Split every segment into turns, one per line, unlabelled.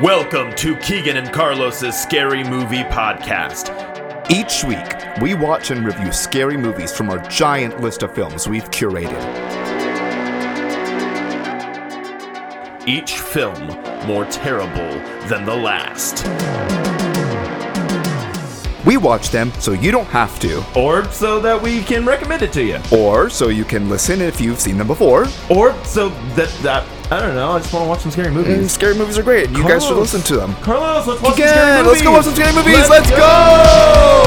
Welcome to Keegan and Carlos's Scary Movie Podcast.
Each week, we watch and review scary movies from our giant list of films we've curated.
Each film more terrible than the last.
We watch them so you don't have to,
Or so that we can recommend it to you.
or so you can listen if you've seen them before.
Or so that, that I don't know, I just want to watch some scary
And
movies.
scary movies are great, and Mm. you guys should listen to them.
Carlos, let's watch some scary
Again,
movies.
let's go watch some scary movies. Let's, go.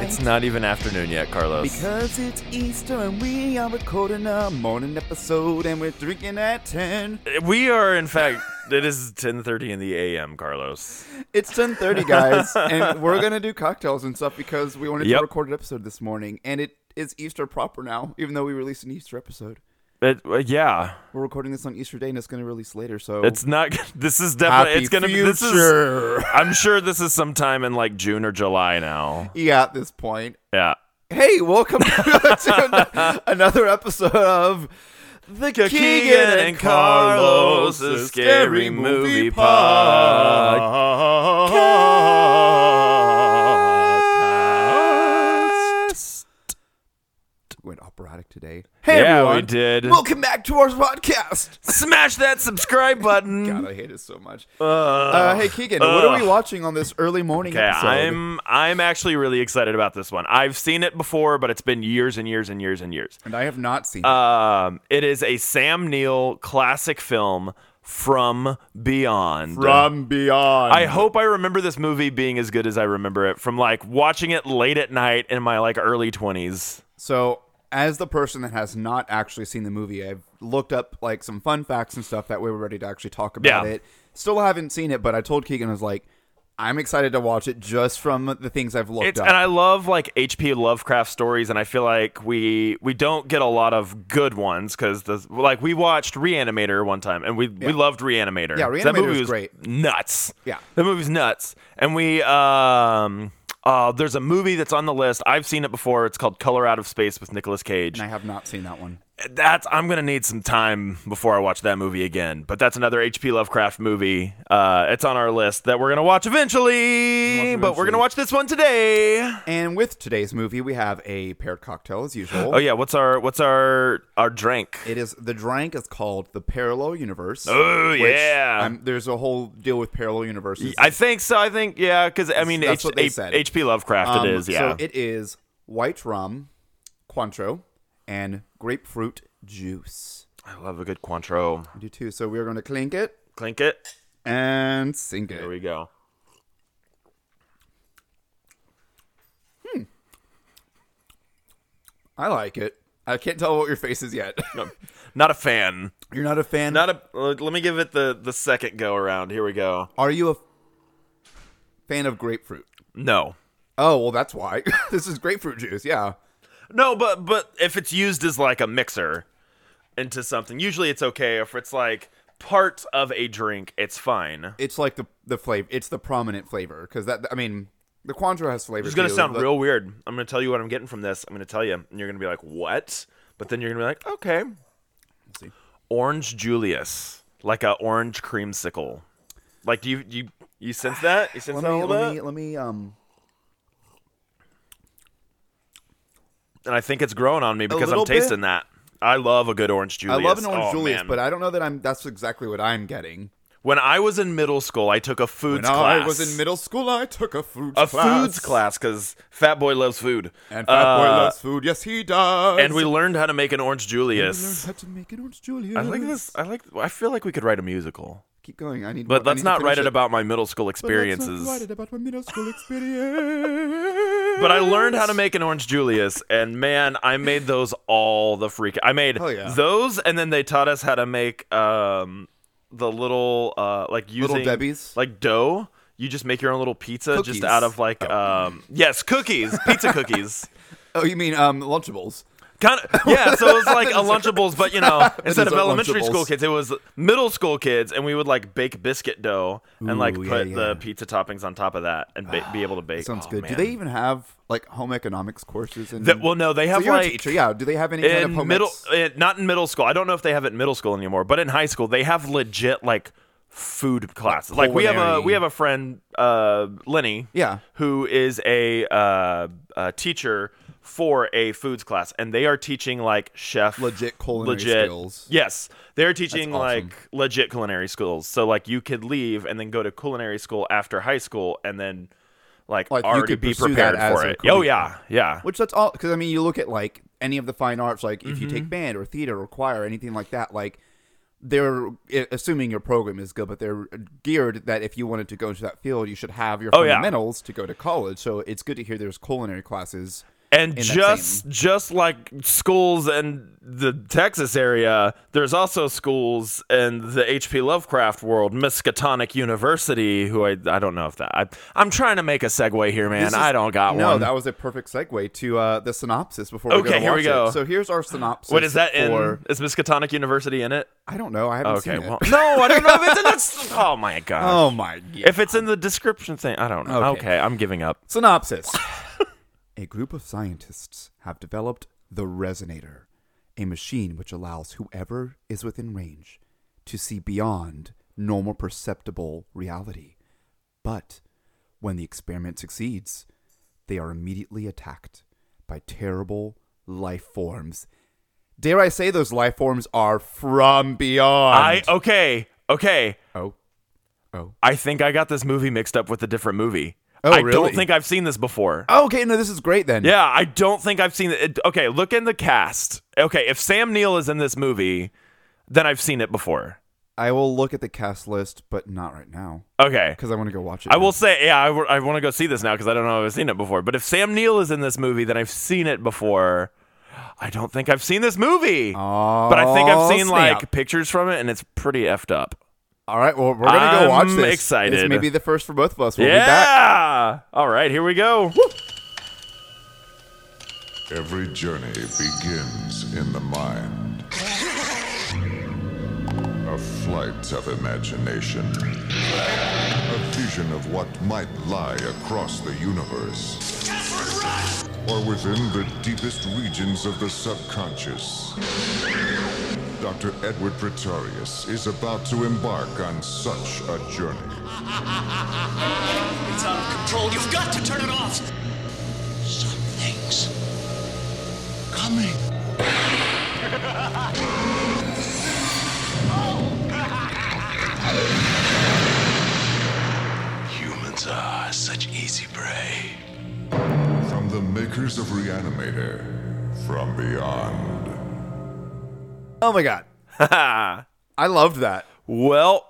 It's not even afternoon yet, Carlos.
Because it's Easter and we are recording a morning episode and we're drinking at 10.
we are, in fact, it is 10:30 in the a.m. Carlos.
It's 10:30 guys and we're going to do cocktails and stuff because we wanted
Yep.
to record an episode this morning and it is Easter proper now even though we released an Easter episode.
It, uh, yeah,
We're recording this on Easter day and it's going to release later so
it's not. This is
happy
definitely. it's gonna be. This is.
future.
I'm sure this is sometime in like June or July now.
yeah, at this point.
Yeah.
Hey, welcome to an- another episode of the Keegan, and Carlos Scary Movie Pod.
podcast.
Went operatic today. Hey,
Yeah, we
everyone.
did.
Welcome back to our podcast.
Smash that subscribe button.
God, I hate it so much. Uh, hey, Keegan, what are we watching on this early morning
Okay,
episode?
I'm I'm actually really excited about this one. I've seen it before, but it's been years and years and years and years.
and I have not seen it.
Um, it is a Sam Neill classic film from beyond.
From Beyond.
I hope I remember this movie being as good as I remember it from like watching it late at night in my like early 20s.
So, as the person that has not actually seen the movie, I've looked up like some fun facts and stuff that we were ready to actually talk about
Yeah.
it. Still haven't seen it, but I told Keegan I was like, I'm excited to watch it just from the things I've looked
It's
up.
and I love like H.P. Lovecraft stories, and I feel like we we don't get a lot of good ones because the like we watched Reanimator one time, and we we loved Reanimator. that
Yeah, Reanimator
movie
was
was,
great.
Nuts.
Yeah.
that movie's nuts. And we um. Uh, there's a movie that's on the list. I've seen it before. It's called Color Out of Space with Nicolas Cage.
and I have not seen that one.
That's I'm gonna need some time before I watch that movie again. But that's another H.P. Lovecraft movie. Uh, it's on our list that we're gonna watch eventually. But we're gonna watch this one today.
And with today's movie, we have a paired cocktail as usual.
Oh yeah, what's our what's our our drink?
It is the drink is called the Parallel Universe.
Oh,
which,
yeah.
um, there's a whole deal with parallel universes.
I think so. I think yeah, because I mean
That's
H,
what they
H-
said.
H.P. Lovecraft.
Um,
it is yeah.
So it is white rum, Cointreau, and grapefruit juice.
I love a good Cointreau.
I do too. So we're going to clink it
Clink it.
and sink it.
There we go.
I like it. I can't tell what your face is yet.
No, not a fan.
You're not a fan.
Not a. Let let me give it the the second go around. Here we go.
Are you a fan of grapefruit?
No.
Oh well, that's why. this is grapefruit juice. Yeah.
No, but but if it's used as like a mixer into something, usually it's okay. If it's like part of a drink, it's fine.
It's like the the flavor. It's the prominent flavor because that. I mean, the Cointreau has flavor.
It's gonna
too,
sound
but-
real weird. I'm gonna tell you what I'm getting from this. I'm gonna tell you, and you're gonna be like, "What?" But then you're gonna be like, "Okay."
see.
Orange Julius, like a orange creamsicle. Like, do you you you sense that? You sense
Let
that a
me,
little
let me
bit?
let me um
And I think it's growing on me because
little
I'm
bit?
tasting that. I love a good orange Julius.
I love an orange
Oh,
Julius,
man.
but I don't know that I'm. That's exactly what I'm getting.
when I was in middle school, I took a foods
When
class.
I was in middle school, I took a food
a
class.
foods class because Fat Boy loves food,
and fat boy
Uh,
loves food. Yes, he does.
and we learned how to make an orange
We learned
Julius.
how to make an orange Julius.
I like this. I like. I feel like we could write a musical.
Keep going. I need.
But
I
let's
need to
not
finish
write it
it
about my middle school experiences.
But, about my middle school experience.
But I learned how to make an orange Julius, and man, I made those all the freak. I made
Hell yeah.
those, and then they taught us how to make um the little uh like using
Little Debbie's?
like dough. You just make your own little pizza
Cookies.
just out of like um yes cookies pizza cookies.
Oh, you mean um Lunchables?
Kind of, yeah. So it was like a Lunchables, but you know, instead
is
of
a
elementary school
Lunchables.
kids, it was middle school kids, and we would like bake biscuit dough and like
Ooh,
put
yeah, yeah.
the pizza toppings on top of that and ba- be able to bake.
Sounds
Oh,
good. Do
man.
they even have like home economics courses? In,
That- well, no, they have
so you're
like
a teacher, yeah. Do they have any kind of
in
home
middle,
ex-
eh, not in middle school. I don't know if they have it in middle school anymore, but in high school they have legit like food classes. Like, we have a
culinary.
we have a friend uh, Lenny,
Yeah.
who is a, uh, a teacher for a foods class, and they are teaching like chef
Legit culinary
legit-
skills.
Yes, they're teaching
awesome.
like legit culinary skills. So like you could leave and then go to culinary school after high school, and then. Like,
Like, you
already
could
be
pursue
prepared
that as
for
a
it. Oh
career.
yeah, yeah.
Which that's all because I mean you look at like any of the fine arts, like if you
Mm-hmm.
take band or theater or choir or anything like that, like they're i- assuming your program is good, but they're geared that if you wanted to go into that field, you should have your
Oh, yeah.
fundamentals to go to college. So it's good to hear there's culinary classes.
And
that
just just like schools in the Texas area, there's also schools in the H.P. Lovecraft world, Miskatonic University. Who I I don't know if that I I'm trying to make a segue here, man.
This is-
I don't got
no,
one.
that was a perfect segue to uh, the synopsis before. we go
Okay,
to
here we
watch
go.
It. So here's our synopsis.
what is that
for,
in? Is Miskatonic University in it?
I don't know. I haven't
Okay,
seen it.
well, no, I don't know if it's in that's Oh my god!
oh my. God.
If it's in the description thing, I don't know.
Okay.
Okay, I'm giving up.
Synopsis A group of scientists have developed the Resonator, a machine which allows whoever is within range to see beyond normal perceptible reality. But when the experiment succeeds, they are immediately attacked by terrible life forms. Dare I say those life forms are from beyond?
I okay, okay.
oh, oh.
I think I got this movie mixed up with a different movie.
Oh,
I
really?
don't think I've seen this before.
okay, no, this is great then.
Yeah, I don't think I've seen it. Okay, look in the cast. Okay, if Sam Neill is in this movie, then I've seen it before.
I will look at the cast list, but not right now.
Okay.
because I want to go watch it.
I
now.
will say, yeah, I, w- I want to go see this now because I don't know if I've seen it before. But if Sam Neill is in this movie, then I've seen it before. I don't think I've seen this movie. but I think I've
Oh,
seen
snap.
like pictures from it and it's pretty effed up.
All right, well, we're gonna go watch
I'm
this.
excited.
This may be the first for both of us. We'll be back.
yeah. All right, here we go.
Every journey begins in the mind. A flight of imagination. A vision of what might lie across the universe. Or within the deepest regions of the subconscious. Dr. Edward Pretorius is about to embark on such a journey.
It's out of control. You've got to turn it off. Something's coming. Humans are such easy prey.
From the makers of Reanimator, from beyond.
Oh my god, I loved that.
Well,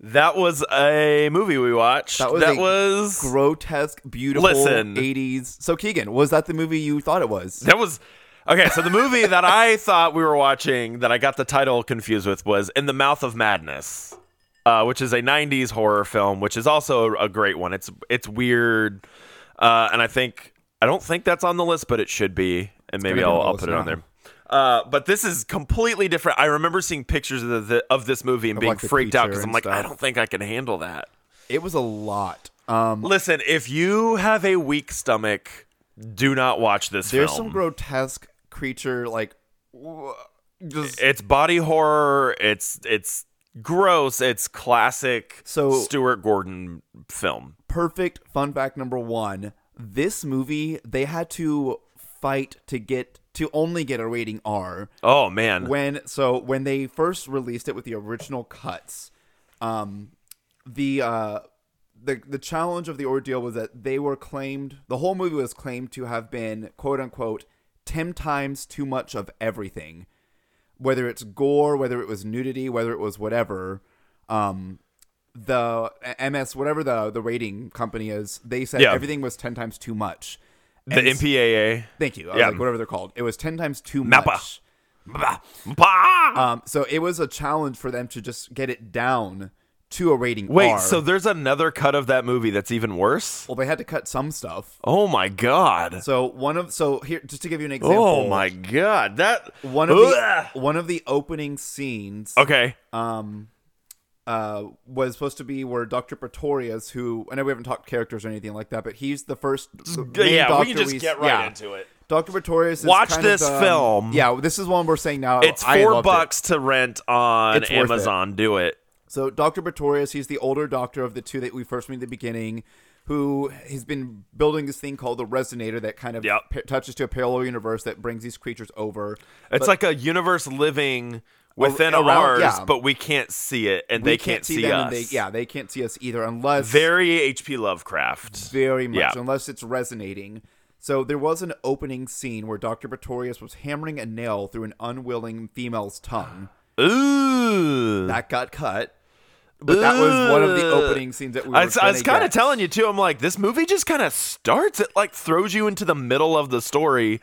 that was a movie we watched.
That was a
was-
Grotesque, beautiful
Listen.
'80s. So Keegan, was that the movie you thought it was?
That was okay. So the movie that I thought we were watching, that I got the title confused with, was "In the Mouth of Madness," uh, which is a '90s horror film, which is also a great one. It's it's weird, uh, and I think I don't think that's on the list, but it should be, and maybe I'll,
gonna be on the
I'll
list
put it on
now.
there. Uh, but this is completely different. I remember seeing pictures of, the, of this movie and being
like, the
freaked out
creature
because I'm
and
like, I
stuff.
don't think I can handle that.
It was a lot. Um,
Listen, if you have a weak stomach, do not watch this
there's
film.
some grotesque creature like. wha- Just,
it's body horror. It's it's gross. It's classic
So-
Stuart Gordon film.
perfect fun fact number one this movie they had to fight to get to only get a rating r
Oh man.
when so when they first released it with the original cuts um the uh the, the challenge of the ordeal was that they were claimed the whole movie was claimed to have been quote unquote 10 times too much of everything whether it's gore whether it was nudity whether it was whatever um the ms whatever the the rating company is they said
Yeah.
everything was 10 times too much
the
And-
MPAA.
thank you I was
Yeah.
like whatever they're called it was 10 times too
Mappa.
much
Bah!
um, so it was a challenge for them to just get it down to a rating
Wait,
R.
so there's another cut of that movie that's even worse?
well, they had to cut some stuff.
Oh my god.
So one of so here just to give you an example.
Oh my god. That
One of the,
Ugh.
one of the opening scenes
Okay.
um uh was supposed to be where Dr. Pretorius who I know we haven't talked characters or anything like that, but he's the first the main
yeah, we
doctor
can just get right
yeah.
into it.
Dr. Pretorius is
Watch
kind
this
of, um,
film.
Yeah, this is one we're saying now.
It's
I
four
loved it.
bucks to rent on
It's worth it.
Amazon. Do it.
So Dr. Pretorius, he's the older doctor of the two that we first meet at the beginning, who has been building this thing called the resonator that kind of
Yep.
pa- touches to a parallel universe that brings these creatures over.
It's like a universe living within
around-
ours,
yeah.
but we can't see it, and
We
they can't, see,
them
us.
and they, yeah, they can't see us either unless
Very H.P. Lovecraft.
very much
Yeah.
unless it's resonating. So there was an opening scene where Dr. Pretorius was hammering a nail through an unwilling female's tongue.
Ooh.
That got cut. But that was one of the
Ugh.
opening scenes that we were
I was, I was
gonna
kind of
get.
telling you too. I'm like, this movie just kind of starts. It like throws you into the middle of the story,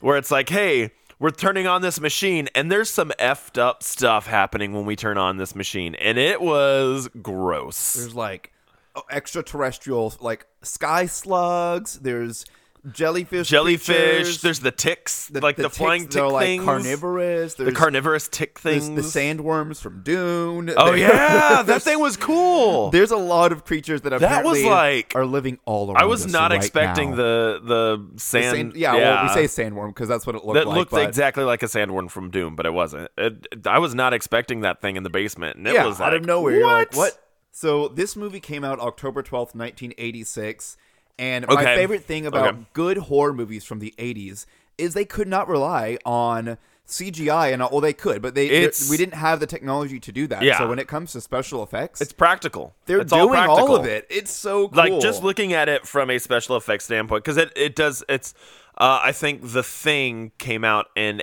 where it's like, hey, we're turning on this machine, and there's some effed up stuff happening when we turn on this machine, and it was gross.
There's like oh, extraterrestrial, like sky slugs. There's jellyfish.
Jellyfish.
creatures,
There's the ticks, like the,
ticks,
flying tick
they're like
things,
carnivorous.
the
There's
carnivorous tick
there's
things,
the sandworms from Dune.
Oh
There-
yeah, that thing was cool.
There's a lot of creatures that
That was
apparently
like-
are living all around.
I was
us
not
right
expecting
now.
the the
The
sand.
sand- yeah, well, we say sandworm because that's what it looked
that
like.
looked
but
exactly like a sandworm from Doom, but it wasn't. It, it- I was not expecting that thing in the basement, and it
yeah,
was
out
like,
of nowhere. You're
What?
like, what? So this movie came out October twelfth, nineteen eighty six, and my
Okay.
favorite thing about
Okay.
good horror movies from the eighties is they could not rely on CGI, and well, they could, but they
It's-
we didn't have the technology to do that.
Yeah.
So when it comes to special effects,
It's practical.
they're
It's all
doing all,
practical.
of it. It's so cool.
Like just looking at it from a special effects standpoint, because it it does. It's uh, I think the thing came out in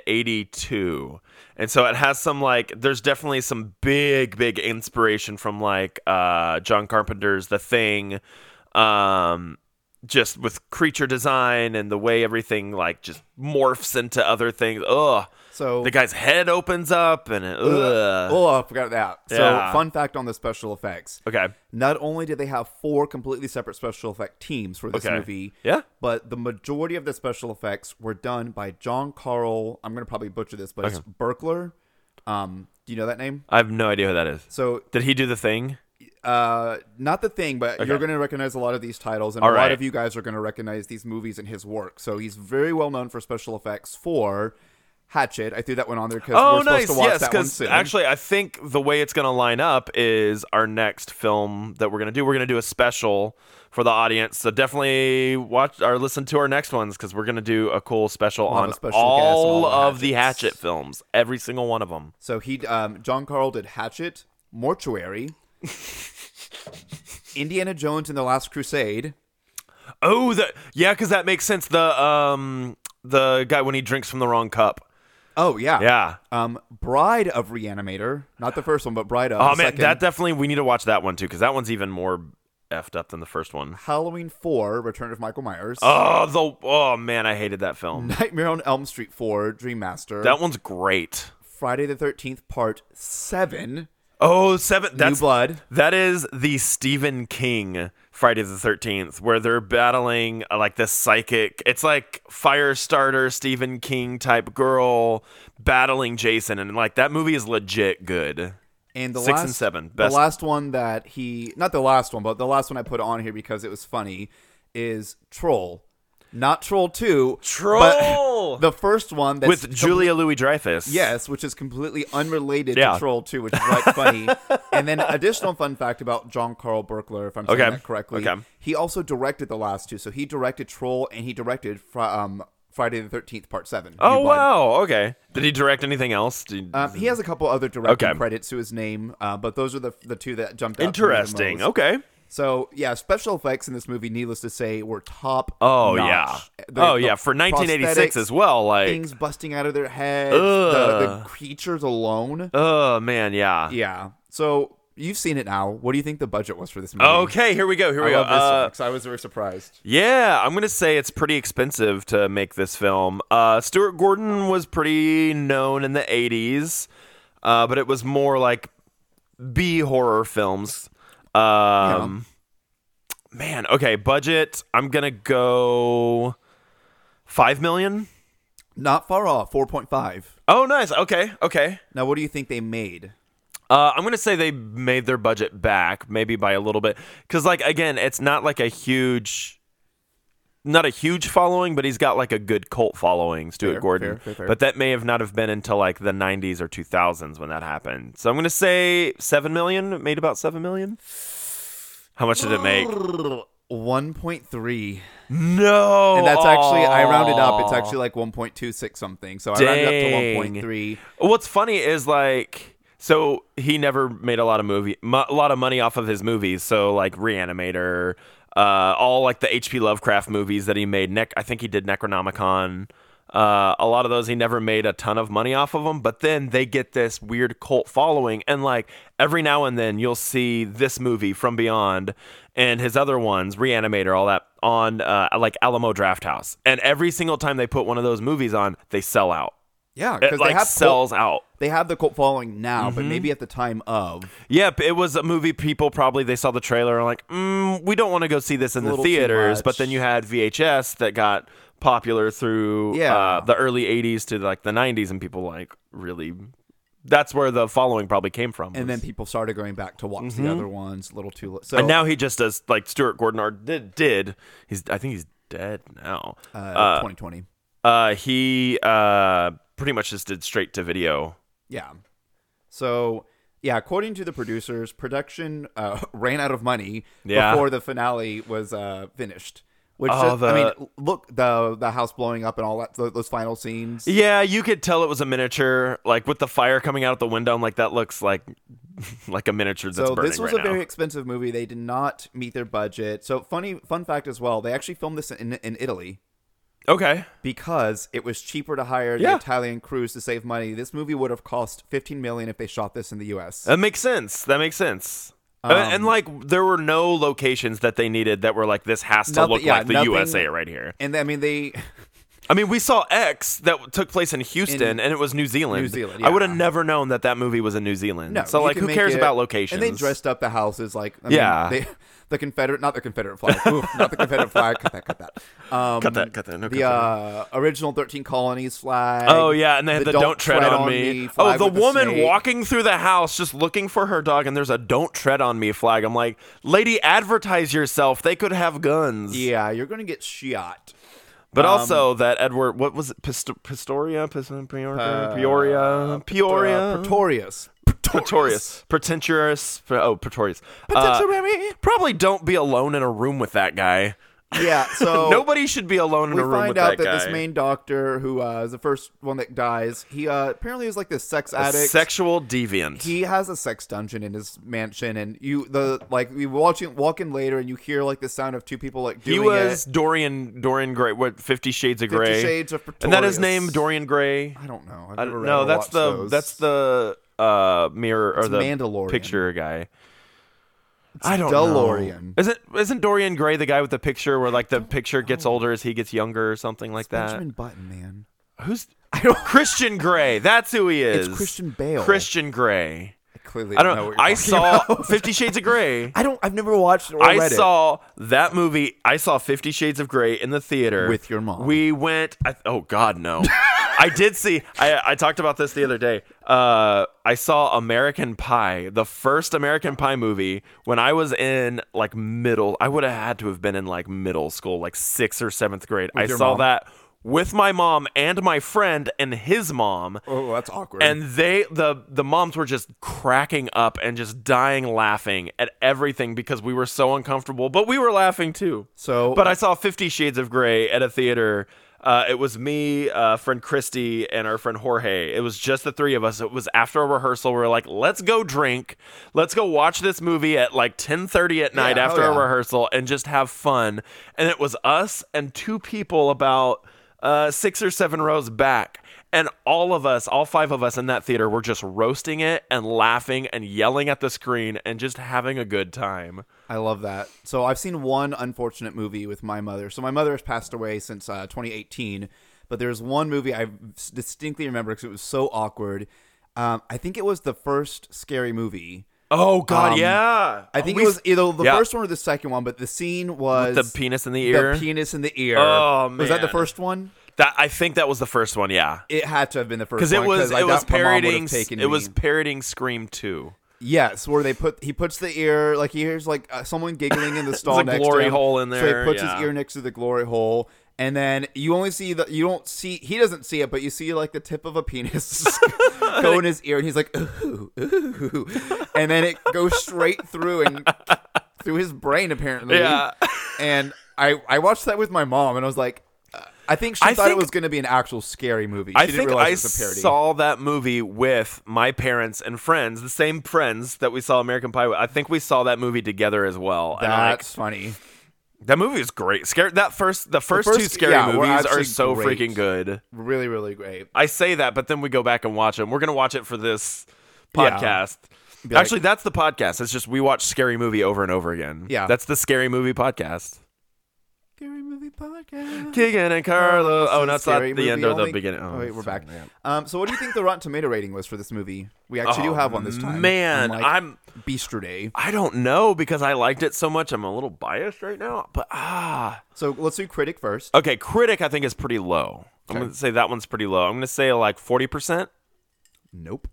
'82, and so it has some like. There's definitely some big big inspiration from like uh, John Carpenter's The Thing. Um, just with creature design and the way everything like just morphs into other things. Ugh.
so
The guy's head opens up and it, ugh.
Oh, I forgot that.
Yeah.
So, fun fact on the special effects.
Okay.
Not only did they have four completely separate special effect teams for this
Okay.
movie,
Yeah.
but the majority of the special effects were done by John Carl. I'm going to probably butcher this, but it's Berkler. Um, do you know that name?
I have no idea who that is.
So,
Did he do the thing?
uh, not the thing, but you're going to recognize a lot of these titles, and
All
a
right.
lot of you guys are going to recognize these movies and his work. So, he's very well known for special effects for Hatchet. I threw that one on there because
Oh,
we're
nice.
supposed to watch
yes,
that one
because
soon.
actually, I think the way it's going to line up is our next film that we're going to do. We're going to do a special for the audience. So definitely watch or listen to our next ones because we're going to do a cool special
have
on
a special guest on
all
all the
of the
Hatchets.
Hatchet films, every single one of them.
So he, um, John Carl did Hatchet, Mortuary, Indiana Jones and the Last Crusade.
Oh, the, yeah, because that makes sense. The um the guy when he drinks from the wrong cup.
Oh yeah,
Yeah.
Um, Bride of Reanimator, not the first one, but Bride of.
Oh
the
man,
second.
that definitely we need to watch that one too because that one's even more effed up than the first one.
Halloween Four, Return of Michael Myers.
Oh the oh man, I hated that film.
Nightmare on Elm Street Four, Dream Master.
That one's great.
Friday the Thirteenth Part Seven,
Oh seven. That's
New Blood.
that is the Stephen King Friday the Thirteenth where they're battling uh, like this psychic. It's like Firestarter Stephen King type girl battling Jason, and like that movie is legit good.
And the
Six
last,
and seven, best.
The last one that he, not the last one, but the last one I put on here because it was funny, is Troll. Not Troll Two. but
Troll!
the first one that's
With
com-
Julia Louis Dreyfus.
Yes, which is completely unrelated
Yeah.
to Troll Two, which is like funny. and then additional fun fact about John Carl Berkler, if I'm saying
Okay.
that correctly.
Okay.
He also directed the last two, so he directed Troll and he directed fr- um, Friday the Thirteenth Part Seven.
Oh
New Blood.
wow. Okay. Did he direct anything else? Did-
Um, he has a couple other directing
Okay.
credits to his name, uh, but those are the the two that jumped out. to me the
Interesting.
most.
Okay.
So yeah, special effects in this movie, needless to say, were top.
Oh
notch.
yeah.
The-
oh
the
yeah. For 1986
prosthetics,
as well. Like.
Things busting out of their heads. The, the
Ugh.
creatures alone.
Oh man. Yeah.
Yeah. So you've seen it now. What do you think the budget was for this movie?
Okay. Here we go. Here
I
we go.
love this
Uh,
one 'cause I was very surprised.
Yeah, I'm gonna say it's pretty expensive to make this film. Uh, Stuart Gordon was pretty known in the '80s, uh, but it was more like B horror films. Um, Man, okay, budget. I'm gonna go five million.
Not far off, 4.5.
Oh, nice. Okay, okay.
Now, what do you think they made?
Uh, I'm gonna say they made their budget back, maybe by a little bit, because like again, it's not like a huge, not a huge following, but he's got like a good cult following, Stuart
Fair,
Gordon.
fair, fair, fair.
But that may have not have been until like the 90s or 2000s when that happened. So I'm gonna say seven million. It made about seven million. How much did it make?
1.3.
No,
And that's actually, I rounded up. It's
Aw.
actually like 1.26 something. So I
Dang.
rounded up to 1.3.
What's funny is like so he never made a lot of movie mo- a lot of money off of his movies. So like Reanimator, uh, all like the H.P. Lovecraft movies that he made. Nec- I think he did Necronomicon. Uh, a lot of those he never made a ton of money off of them, but then they get this weird cult following, and like every now and then you'll see this movie from Beyond and his other ones, Reanimator, all that on uh, like Alamo Drafthouse, and every single time they put one of those movies on, they sell out.
Yeah,
It
because they
like
have
sells Mm-hmm.
cult,
out.
they have the cult following now, but maybe at the time of
Yep, it was a movie. People probably they saw the trailer and like, mm, we don't want to go see this in the
little too
theaters.
much.
But then you had VHS that got popular through
Yeah.
uh, the early '80s to like the '90s, and people like really. That's where the following probably came from. was-
and then people started going back to watch the other ones a little too late. So
Mm-hmm. and now he just does like Stuart Gordon or did did he's I think he's dead now.
uh, 2020.
Uh, he uh pretty much just did straight to video.
Yeah. So yeah, according to the producers, production uh, ran out of money
Yeah.
before the finale was uh, finished. Which
Oh,
just- I mean,
the-
look the the house blowing up and all that tho- those final scenes.
Yeah, you could tell it was a miniature, like with the fire coming out of the window. I'm like, that looks like like a miniature that's
so
burning
this was
right
a
now.
very expensive movie. They did not meet their budget. So funny fun fact as well, they actually filmed this in in Italy.
Okay.
because it was cheaper to hire
Yeah.
the Italian crews to save money. This movie would have cost 15 million if they shot this in the US.
That makes sense. That makes sense. Uh,
Um,
and like there were no locations that they needed that were like this has to
Nothing-
look
yeah,
like the
nothing-
USA right here.
and I mean they
I mean, we saw X that took place in Houston
In-
and it was New Zealand.
New Zealand,
I would have
yeah.
never known that that movie was in New Zealand.
no.
so
you
like
can
who
make
cares
it-
about locations?
And they dressed up the houses like I mean,
Yeah.
they- the Confederate not the Confederate flag. Oof, not the Confederate flag. Cut that, cut that. Um,
Cut that, cut that, no,
the
cut that.
uh, original 13 colonies flag.
Oh yeah, and they had the,
the
don't, tread, on, me. oh,
flag
the
with the
woman
snake.
walking through the house just looking for her dog, and there's a "Don't tread on me" flag. I'm like, lady, advertise yourself. They could have guns.
Yeah, um, you're going to get shot.
But also that Edward, what was it, Pist- Pistoria, Pist- Peoria, Peoria, Peoria,
Uh, Pretorius.
Pretorius, Pretentious, oh Pretorius. Uh,
Pretentious.
probably don't be alone in a room with that guy.
Yeah, so
Nobody should be alone in
Oh, we
a room
find
with
out that,
that guy.
this main doctor, who uh, is the first one that dies, he uh, apparently is like this sex
A
addict.
sexual deviant.
he has a sex dungeon in his mansion, and you the like we watching walk in later, and you hear like the sound of two people like doing
He was
it.
Dorian Dorian Gray. What Fifty Shades of
Fifty
Gray?
Shades of
And that is
Pretorius.
named Dorian Gray.
I don't know. I've
I
never
don't
read
know.
or
That's
watched
the
those.
that's the uh mirror or
It's
the
Mandalorian.
picture guy. I don't
DeLorean.
know. Isn't isn't Dorian Gray the guy with the picture where like the picture gets older as he gets younger or something like that?
Benjamin Button man.
Who's
I don't.
Christian Gray? That's who he is.
Christian Bale.
Christian Gray.
I clearly
I
don't,
don't.
know. What you're
I
talking
saw
about.
Fifty Shades of Grey.
I don't. I've never watched or
I
read it.
saw that movie. I saw Fifty Shades of Grey in the theater
With your mom.
We went. I, oh God, no! I did see. I, I talked about this the other day. Uh, I saw American Pie, the first American Pie movie, when I was in like middle. I would have had to have been in like middle school, like sixth or seventh grade. I
your
saw
mom?
that with my mom and my friend and his mom.
Oh, that's awkward.
And they the the moms were just cracking up and just dying laughing at everything because we were so uncomfortable, but we were laughing too.
So-
but I saw Fifty Shades of Grey at a theater. Uh, it was me, uh, friend Christy, and our friend Jorge. It was just the three of us. It was after a rehearsal. We were like, "Let's go drink. Let's go watch this movie at like ten thirty at night
hell
after a
yeah.
rehearsal and just have fun." And it was us and two people about uh, six or seven rows back. And all of us, all five of us in that theater, were just roasting it and laughing and yelling at the screen and just having a good time.
I love that. So I've seen one unfortunate movie with my mother. So my mother has passed away since uh, 2018, but there's one movie I distinctly remember because it was so awkward. Um, I think it was the first scary movie.
Oh God,
Um,
yeah.
I think
We
it was either the
yeah.
first one or the second one, but the scene was
With the penis in the ear.
The penis in the ear.
Oh,
was that the
man.
first one?
That I think that was the first one, yeah.
It had to have been the first
Because it
one,
was
I
it was
doubt my mom would've
parodying
taken
it was
me.
parodying Scream two.
Yes, where they put he puts the ear like he hears like uh, someone giggling in the stall
a
next
glory
to him.
hole in
So
there,
he puts
yeah.
his ear next to the glory hole, and then you only see the you don't see he doesn't see it, but you see like the tip of a penis go in his ear, and he's like ooh ooh, and then it goes straight through and through his brain apparently.
Yeah.
and I I watched that with my mom, and I was like. uh, I think she
I
thought
think-
it was going to be an actual scary movie. She
I
didn't
think
realize
I
it was a parody.
saw that movie with my parents and friends, the same friends that we saw American Pie with. I think we saw that movie together as well. And I'm like,
That's funny.
that movie is great. Scare that first the first, two
first-
scary
yeah, were
movies are
actually
so
great.
freaking good.
Really, really great.
I say that, but then we go back and watch them. We're gonna watch it for this
Yeah.
podcast.
Be like-
Actually, that's the podcast. It's just we watch scary movie over and over again.
Yeah.
that's the scary movie podcast.
Scary movie podcast.
Keegan and Carlo. Oh, that's not
Scary
the end
movie
or the
only-
beginning. Oh,
wait, we're back. Um, so, what do you think the Rotten Tomato rating was for this movie? We actually do
Oh,
have one this time.
man,
unlike
I'm-
Beasterday.
I don't know because I liked it so much. I'm a little biased right now, but ah,
So let's do critic first.
okay. Critic, I think is pretty low. I'm gonna say that one's pretty low. I'm gonna say like forty percent.
nope.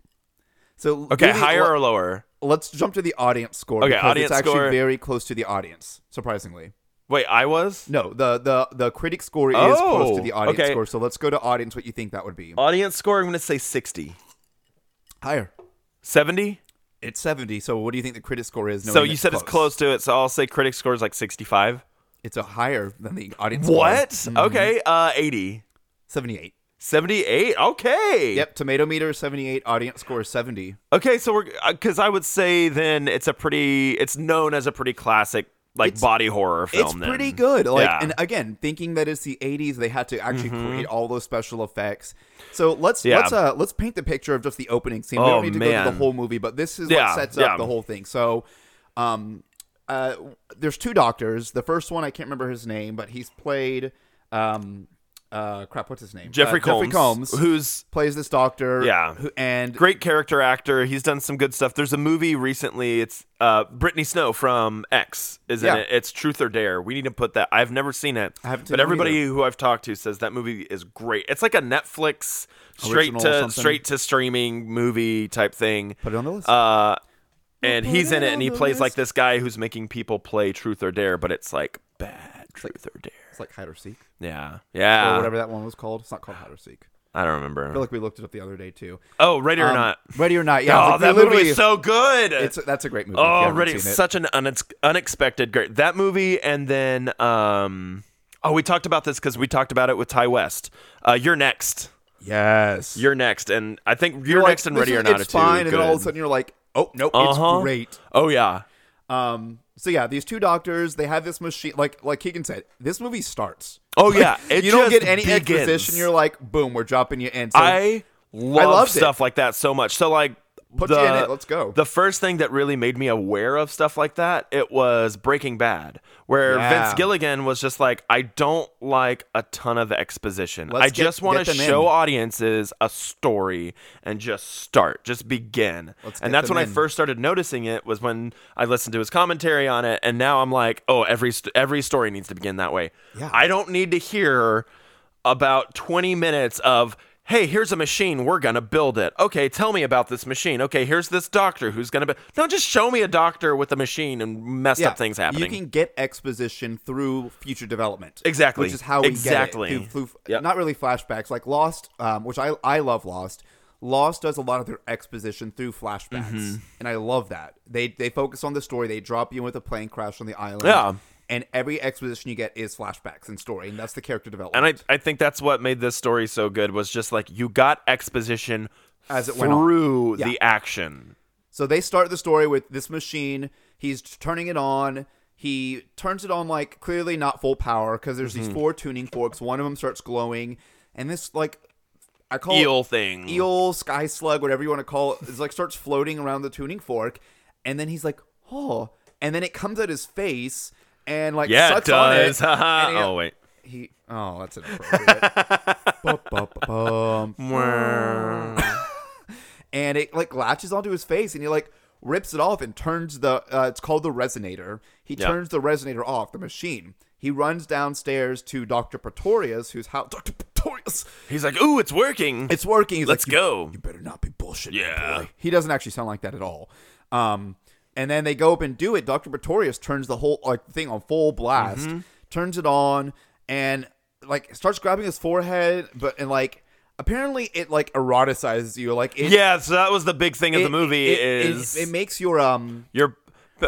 So
Okay,
really,
higher
le-
or lower?
Let's jump to the audience score.
Okay,
because
audience
it's actually
score.
very close to the audience. Surprisingly,
Wait, I was
no. the the The critic score is close
Oh,
to the audience
okay.
score. So let's go to audience. What you think that would be?
audience score. I'm gonna say 60,
Higher.
70.
It's seventy. So what do you think the critic score is?
so
knowing
you said it's close to it. So I'll say critic score is like 65.
It's a higher than the audience. score. Mm-hmm.
What? Okay, uh, 80,
Seventy-eight.
78. Okay.
Yep. Tomato meter is seventy-eight. Audience score is seventy.
Okay, so we're because I would say then it's a pretty, it's known as a pretty classic like
It's-
body horror film.
It's
then.
pretty good. Like,
Yeah. Mm-hmm.
and again, thinking that it's the '80s, they had to actually create all those special effects. So let's
Yeah.
let's uh let's paint the picture of just the opening scene. we
Oh,
don't need to go to
man.
the whole movie, but this is
Yeah,
what sets
yeah.
up the whole thing. So, um, uh, there's two doctors. The first one I can't remember his name, but he's played, um, uh, crap, what's his name?
Jeffrey
uh,
Combs,
Jeffrey Combs,
who's
plays this doctor.
Yeah.
who, and
great character actor. He's done some good stuff. There's a movie recently. It's uh, Brittany Snow from X, isn't
Yeah.
it? It's Truth or Dare. We need to put that. I've never seen it,
I haven't seen
but
it
everybody who I've talked to says that movie is great. It's like a Netflix straight
Original
to
something.
straight to streaming movie type thing.
Put it on the list.
Uh, and he's
it
in it,
on
and he
the
plays like
list.
this guy who's making people play Truth or Dare, but it's like bad Truth or Dare.
it's like hide or seek
Yeah,
or
yeah.
whatever that one was called. It's not called hide or seek.
I don't
I feel
remember.
like we looked it up the other day too.
Oh, Ready or
Um,
Not.
Ready or not? Yeah. I
Oh,
was like,
that
we
movie
literally-
is so good.
It's that's a great movie. if you
Oh,
haven't
Ready!
seen it.
Such an unex unexpected great that movie, and then um, oh, we talked about this because we talked about it with Ty West. Uh, you're next.
yes.
You're next, and I think you're,
Like,
next and
this
Ready
is-
or Not
It's
are two
fine, and
good.
then all of a sudden you're like, oh no,
Uh-huh.
it's great.
Oh yeah,
Um. So yeah, these two doctors, they have this machine. Like like Keegan said, this movie starts.
oh yeah. It
you don't
just
get any
begins.
exposition. You're like, boom, we're dropping you in. So
I love
loved it.
stuff like that so much. So like.
Put
the,
you in it, let's go.
The first thing that really made me aware of stuff like that, it was Breaking Bad, where
Yeah.
Vince Gilligan was just like, I don't like a ton of exposition.
Let's
I
get-
just want
get
to
them in."
show audiences a story and just start, just begin.
Let's
and
get
that's
them
when I
in.
first started noticing it was when I listened to his commentary on it, and now I'm like, oh, every st- every story needs to begin that way.
Yeah.
I don't need to hear about 20 minutes of hey here's a machine we're gonna build it okay tell me about this machine okay here's this doctor who's gonna be no just show me a doctor with a machine and messed
yeah,
up things happening
You can get exposition through future development.
Exactly.
Which is how we
Exactly.
get it. Through, through,
Yep.
Not really flashbacks. Like Lost, um, which I, I love Lost. Lost does a lot of their exposition through flashbacks.
Mm-hmm.
And I love that. They they focus on the story. They drop you in with a plane crash on the island.
Yeah.
And every exposition you get is flashbacks and story. And that's the character development.
and I, I think that's what made this story so good was just like you got exposition
As it went on.
through
Yeah.
the action
So they start the story with this machine. He's turning it on. He turns it on like clearly not full power because there's
Mm-hmm.
these four tuning forks. One of them starts glowing, and this like I call
eel
it
thing
eel sky slug, whatever you want to call it, is like starts floating around the tuning fork, and then he's like, oh, and then it comes at his face and like
yeah it
sucks on
does
and he-
oh wait
he oh that's inappropriate. Bum, bum, bum, bum. and it like latches onto his face, and you're like, rips it off and turns the. Uh, it's called the resonator. He
Yeah.
turns the resonator off the machine. He runs downstairs to Doctor Pretorius, who's how Doctor Pretorius.
He's like, ooh, it's working.
It's working. He's
Let's
like, "You-
go.
You, better not be bullshitting.
Yeah.
boy." He doesn't actually sound like that at all. Um, and then they go up and do it. Doctor Pretorius turns the whole like thing on full blast,
Mm-hmm.
turns it on, and like starts grabbing his forehead, but and like apparently it like eroticizes you. Like it,
yeah, so that was the big thing of
it-
the movie
it- it-
is
it, makes your um.
your.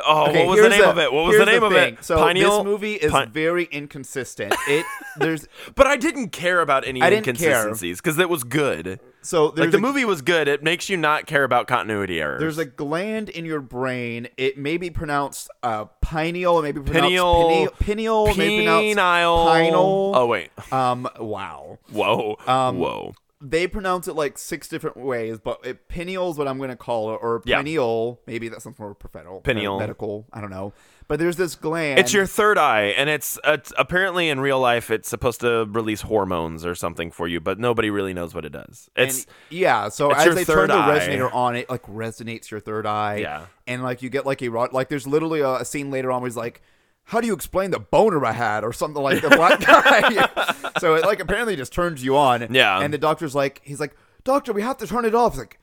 Oh,
okay,
what was the
here's
name of it? What was the
here's
name of
thing.
it?
So
Pineal-
this movie is
Pine-
very inconsistent. It there's
but I didn't care about any
I didn't care.
inconsistencies because it was good.
so there's
Like the
a-
movie was good. It makes you not care about continuity errors.
There's a gland in your brain. It may be pronounced uh, pineal. It may be pronounced
Pineal-
pine- pineal. it may be pronounced
Penile.
Pineal.
Oh wait.
Um. Wow.
Whoa.
Um,
Whoa.
They pronounce it like six different ways, but it, pineal is what I'm going to call it, or
Yeah.
pineal. Maybe that's something more professional.
Pineal.
Medical. I don't know. But there's this gland.
It's your third eye, and it's, it's apparently in real life it's supposed to release hormones or something for you, but nobody really knows what it does.
And-
It's
yeah, so
it's
as
your
they turn
third
the
eye.
resonator on, it like resonates your third eye.
Yeah.
and like you get like a rod. Like there's literally a, a scene later on where he's like, "How do you explain the boner I had?" or something like the black guy. so it like apparently just turns you on.
Yeah.
and the doctor's like, he's like, "Doctor, we have to turn it off." He's like,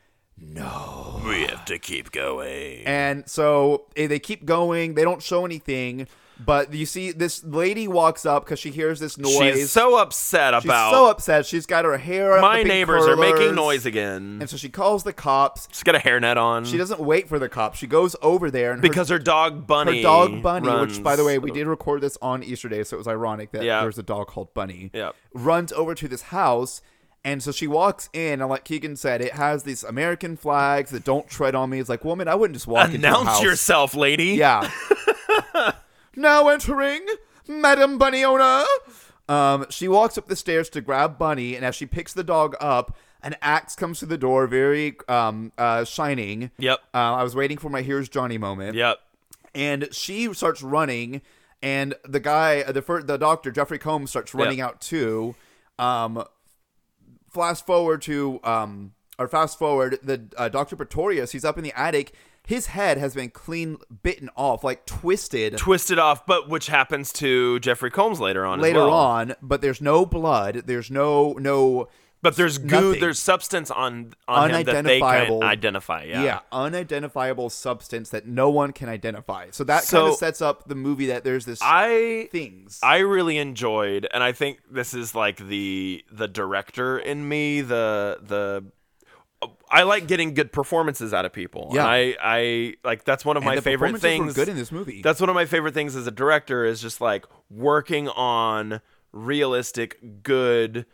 we have to keep going.
and so eh, they keep going. They don't show anything, but you see this lady walks up because she hears this noise.
She's so upset
She's
about
so upset. She's got her hair. up
my
in big
neighbors are
curlers.
making noise again.
And so she calls the cops.
She's got a hairnet on.
She doesn't wait for the cop. She goes over there and her-
because her, dog
her,
Bunny,
dog Bunny, which by the
runs.
way, we did record this on Easter Day, so it was ironic that
Yeah.
there was a dog called Bunny.
Yep.
Runs over to this house, and so she walks in, and like Keegan said, it has these American flags that don't tread on me. It's like, woman, I wouldn't just walk into your
announce
house.
yourself, lady.
Yeah. now entering, Madam Bunny owner. Um, she walks up the stairs to grab Bunny, and as she picks the dog up, an axe comes to the door, very um, uh, shining.
Yep.
Uh, I was waiting for my "Here's Johnny" moment.
Yep.
And she starts running, and the guy, the fir- the doctor, Jeffrey Combs, starts running
Yeah.
out too. Um, flash forward to um, or fast forward, the uh, Doctor Pretorius, he's up in the attic. His head has been clean bitten off, like twisted
Twisted off, but which happens to Jeffrey Combs later on. as
later
well.
on, but there's no blood. There's no no
But there's goo.
Nothing.
There's substance on on him that they can
Unidentifiable.
identify. Yeah.
yeah. unidentifiable substance that no one can identify. So that
So-
kind of sets up the movie that there's this
I
things.
I really enjoyed, and I think this is like the the director in me. The the I like getting good performances out of people.
Yeah.
and I I like that's one of
And
my
the
favorite
performances were
things.
good in this movie.
That's one of my favorite things as a director is just like working on realistic good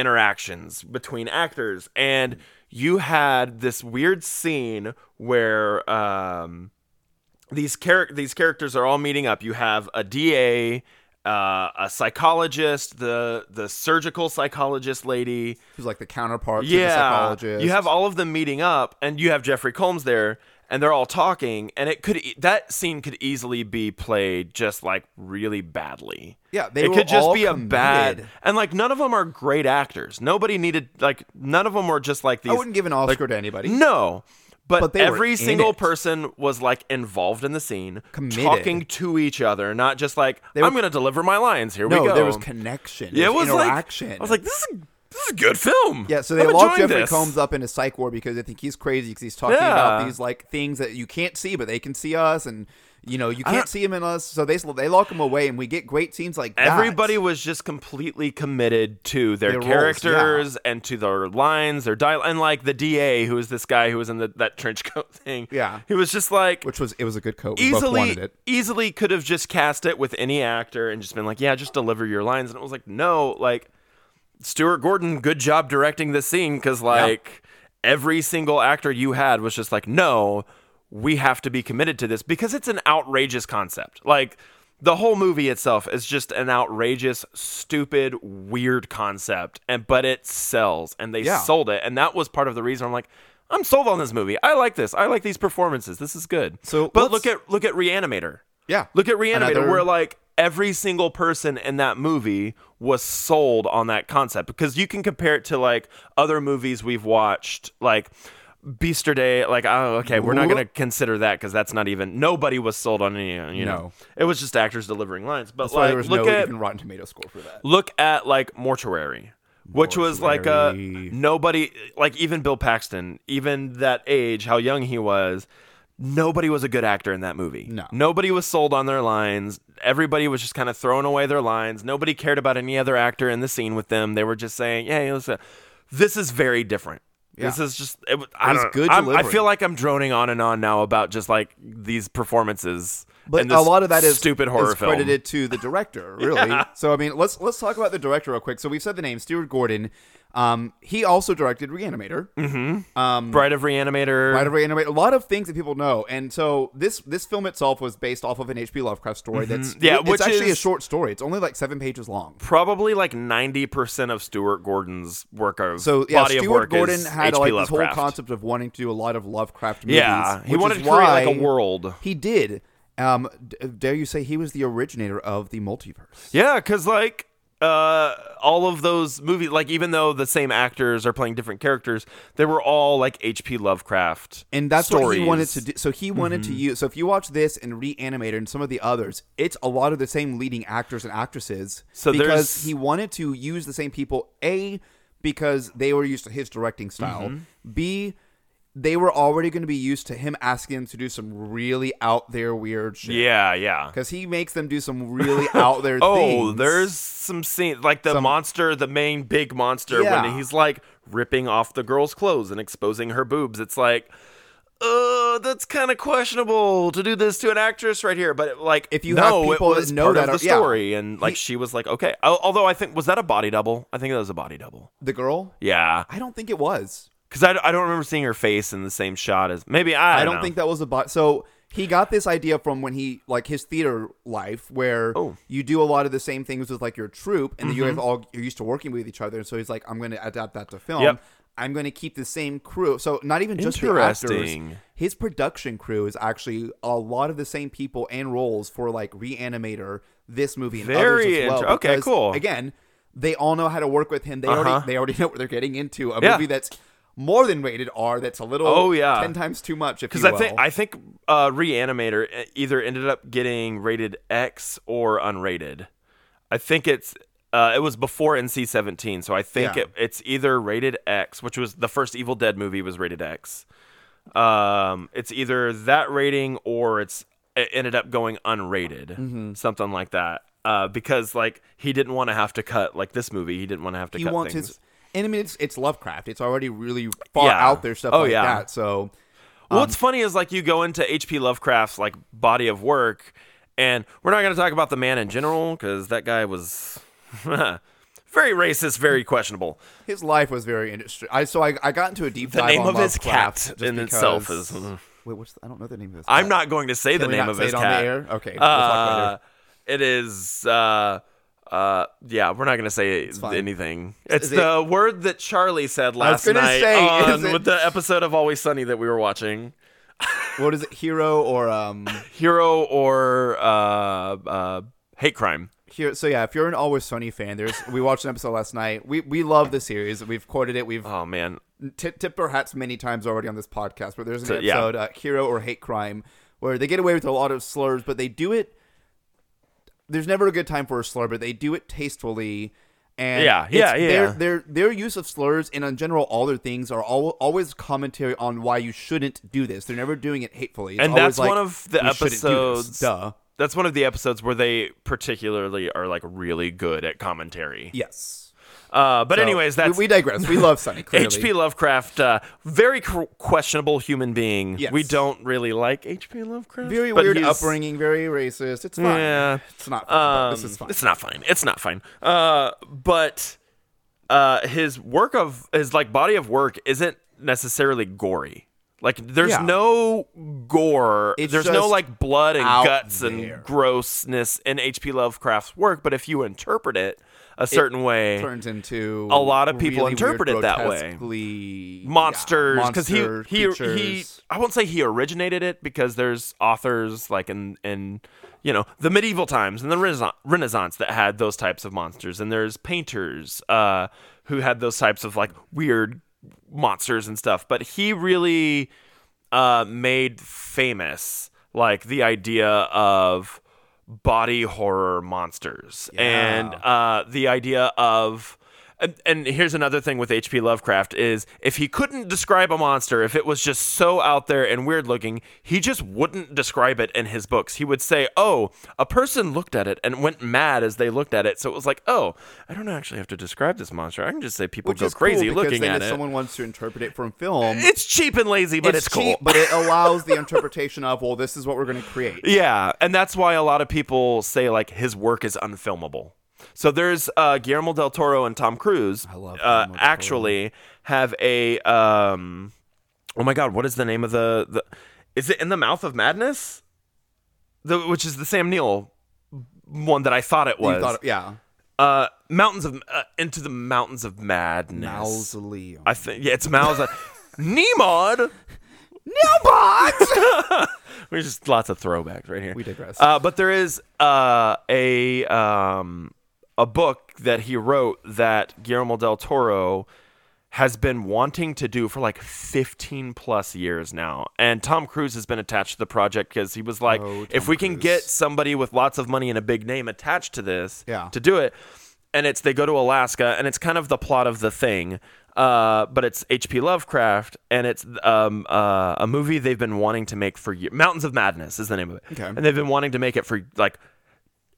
interactions between actors and you had this weird scene where um these char- these characters are all meeting up. You have a DA, uh, a psychologist, the the surgical psychologist lady.
who's like the counterpart to the
Yeah,
psychologist.
you have all of them meeting up, and you have Jeffrey Combs there, and they're all talking. And it could e- that scene could easily be played just like really badly.
Yeah, they
it
were
could just
all
be a bad
committed.
and like none of them are great actors. Nobody needed like none of them were just like these.
I wouldn't give an Oscar to anybody.
No. But,
But they were
every
in
single
it.
person was like involved in the scene,
Committed.
talking to each other, not just like
were-
I'm going to deliver my lines. Here
no,
we go.
there was connection.
Yeah,
There was interaction.
Like, I was like, this is this is a good film.
yeah, so they
I'm
locked
enjoying
Jeffrey
this.
Combs up in a psych ward because they think he's crazy because he's talking
Yeah.
about these like things that you can't see, but they can see us, and you know you
don't-
can't see him in us. So they they lock him away, and we get great scenes like that.
Everybody was just completely committed to their,
Their roles,
characters and to their lines, their dial, and like the DA, who was this guy who was in the, that trench coat thing.
Yeah.
he was just like
which was it was a good coat. We both
easily
wanted it.
easily could have just cast it with any actor and just been like, yeah, just deliver your lines. And it was like, no, like Stuart Gordon, good job directing this scene because like every single actor you had was just like, no, we have to be committed to this because it's an outrageous concept. Like the whole movie itself is just an outrageous, stupid, weird concept, and but it sells, and they
Yeah.
sold it, and that was part of the reason I'm like. I'm sold on this movie. I like this. I like these performances. This is good.
So
but look
let's-
at look at Reanimator.
Yeah.
Look at Reanimator,
Another-
where like every single person in that movie was sold on that concept because you can compare it to like other movies we've watched, like Beaster Day, like, oh, okay, we're not going to consider that because that's not even. Nobody was sold on any. You know,
No.
it was just actors delivering lines. But
That's why
like,
there was
look
no
at
even Rotten Tomato score for that.
look at like mortuary which was like a
Mortuary.
nobody like even bill paxton even that age how young he was nobody was a good actor in that movie
No.
nobody was sold on their lines everybody was just kind of throwing away their lines nobody cared about any other actor in the scene with them they were just saying yeah listen this is very different This
Yeah.
is just it, was- I
It was
don't
good
I'm- I
delivery.
feel like I'm droning on and on now about just like these performances,
But
and this
a lot of that is
stupid horror
is
film.
credited to the director, really. So I mean, let's let's talk about the director real quick. So we've said the name Stuart Gordon. Um, he also directed Reanimator,
Mm-hmm. Bride of Reanimator,
Right um, of Reanimator, a lot of things that people know. And so this this film itself was based off of an H.P. Lovecraft story. That's
Mm-hmm. Yeah,
it's
which
actually
is-
a short story. It's only like seven pages long.
probably like 90% of Stuart Gordon's work of
So yeah,
body
Stuart
of work
Gordon
is
had
H.P.
like
Lovecraft.
this whole concept of wanting to do a lot of Lovecraft movies.
Yeah, he
which
wanted
is
to create like a
why
world.
He did. Um, d- dare you say he was the originator of the multiverse?
Yeah, cuz like uh all of those movies like even though the same actors are playing different characters, they were all like H.P. Lovecraft.
And that's
stories. Mm-hmm.
what he wanted to do. So he wanted to use. So if you watch this and Reanimator and some of the others, it's a lot of the same leading actors and actresses.
So
because
there's-
he wanted to use the same people. A because they were used to his directing style.
Mm-hmm.
B they were already going to be used to him asking them to do some really out there weird shit.
Yeah, yeah.
because he makes them do some really out there.
Oh,
things.
there's some scene like the
Some-
monster, the main big monster
Yeah.
when he's like ripping off the girl's clothes and exposing her boobs. It's like uh, that's kind of questionable to do this to an actress right here. But like,
If you
no,
have people
it was
that know
part
that
of
are-
the
yeah.
story, and like she was like, okay. Al- Although I think was that a body double? I think that was a body double.
the girl.
Yeah,
I don't think it was.
because I, I don't remember seeing her face in the same shot as maybe I.
I
Don't
don't
know.
think that was a bot. So he got this idea from when he like his theater life, where
Oh. Mm-hmm.
you do a lot of the same things with like your troupe, and you guys all you're used to working with each other. And so he's like, I'm going to adapt that to film.
Yep.
I'm going to keep the same crew. So not even just the actors.
Interesting.
His production crew is actually a lot of the same people and roles for like Reanimator, this movie, and others
Very
as well.
inter- okay,
because,
cool.
Again, they all know how to work with him. They
Uh-huh.
already they already know what they're getting into. A
Yeah.
movie that's more than rated R. That's a little
Oh, yeah.
ten times too much. If you
Because I think
will.
I think uh, Reanimator e- either ended up getting rated X or unrated. I think it's uh, it was before NC seventeen, so I think
Yeah.
it, it's either rated X, which was the first Evil Dead movie was rated X. Um, it's either that rating or it's it ended up going unrated,
Mm-hmm.
something like that. Uh, because like he didn't want to have to cut like this movie, he didn't want to have to.
he
cut
wants
things.
his. And I mean, it's it's Lovecraft. It's already really far
Yeah.
out there stuff
Oh,
like
yeah.
that. So Um,
Well, What's funny is like you go into H.P. Lovecraft's like body of work, and we're not going to talk about the man in general because that guy was very racist, very questionable.
his life was very interesting. I so I, I got into a deep
The
dive
name
on
of his
Lovecraft
cat
just
in itself
because-
is- mm.
wait. What's the, I don't know the name of this.
I'm
cat.
not going to say
Can
the
we
name
not
of
say
his
it on the
cat.
air? Okay, we'll talk
uh,
later.
it is. Uh, uh, yeah, we're not going to say anything. It's
Is it-
the word that Charlie said last
gonna
night
say, is
on,
it-
with the episode of Always Sunny that we were watching. Uh,
What is it? Hero or um.
Hero or uh, uh, hate crime.
Here, so yeah, if you're an Always Sunny fan, there's we watched an episode last night. We we love the series. We've quoted it. We've
Oh man,
t- tipped our hats many times already on this podcast, but there's an
So, yeah.
episode, uh, Hero or Hate Crime, where they get away with a lot of slurs, but they do it. There's never a good time for a slur, but they do it tastefully. And
Yeah,
it's-
yeah, yeah.
Their, their their use of slurs and in general all their things are all, always commentary on why you shouldn't do this. They're never doing it hatefully, It's
and
always
that's
like,
one of the
"You shouldn't do this."
episodes.
Duh.
That's one of the episodes where they particularly are like really good at commentary.
Yes.
Uh, but
So,
anyways, that's
we, we digress. We love Sunny. Clearly.
H.P. Lovecraft, uh, very qu- questionable human being.
Yes.
We don't really like H.P. Lovecraft.
Very
but
weird
he's-
upbringing, very racist. It's fine.
Yeah.
It's not fine. but this
Um,
is fine.
It's not fine. It's not fine. Uh, but uh, his work of his like body of work isn't necessarily gory. Like there's
Yeah.
no gore.
It's
there's no
just
like blood and
out
guts
there.
and grossness in H.P. Lovecraft's work. But if you interpret it a certain way,
turns into
a lot of people interpret it that way.
way.
monsters because he he he I won't say he originated it because there's authors like in in you know the medieval times and the Renaissance, Renaissance that had those types of monsters and there's painters uh who had those types of like weird monsters and stuff, but he really uh, made famous like the idea of body horror monsters and uh, the idea of and, and here's another thing with H.P. Lovecraft is if he couldn't describe a monster, if it was just so out there and weird looking, he just wouldn't describe it in his books. He would say, "Oh, a person looked at it and went mad as they looked at it." So it was like, "Oh, I don't actually have to describe this monster. I can just say people
Which
go
is cool
crazy
because
looking
then
at
if
it."
someone wants to interpret it from film,
it's cheap and lazy, but it's, cool.
cheap, but it allows the interpretation of well, this is what we're going to create.
Yeah, and that's why a lot of people say like his work is unfilmable. So there's uh, Guillermo del Toro and Tom Cruise. I
love
uh,
Guillermo del Toro.
actually have a um, oh my god, what is the name of the, the is it in the mouth of madness? The, which is the Sam Neill one that I thought it was.
You thought, yeah,
uh, mountains of uh, into the mountains of madness.
mausoleum.
I think yeah, it's Mal's. Nemod. There's just lots of throwbacks right here.
We digress.
Uh, but there is uh, a um, a book that he wrote that Guillermo del Toro has been wanting to do for like 15 plus years now. And Tom Cruise has been attached to the project because he was like,
Oh,
if
Tom
we can
Cruise.
get somebody with lots of money and a big name attached to this
Yeah.
to do it. And it's they go to Alaska, and it's kind of the plot of the thing, uh, but it's H.P. Lovecraft, and it's um, uh, a movie they've been wanting to make for years. Mountains of Madness is the name of it,
Okay.
and they've been wanting to make it for like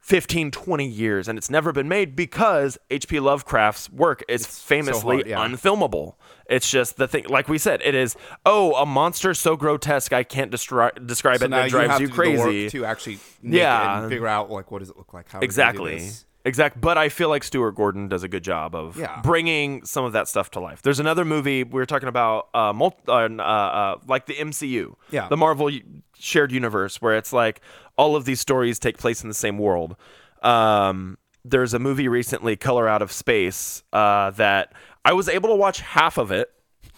15, 20 years, and it's never been made because H.P. Lovecraft's work is famously
hard, yeah.
unfilmable. It's just the thing, like we said, it is oh a monster so grotesque I can't destri- describe
so
it, and
now
it drives
have
you
to do the work
crazy.
to actually make yeah
Yeah.
it and figure out like what does it look like how are we gonna do
Exactly.
this?
Exact. But I feel like Stuart Gordon does a good job of
Yeah.
bringing some of that stuff to life. There's another movie we were talking about, uh, mul- uh, uh, like the MCU,
Yeah.
the Marvel u- shared universe, where it's like all of these stories take place in the same world. Um, there's a movie recently, Color Out of Space, uh, that I was able to watch half of it,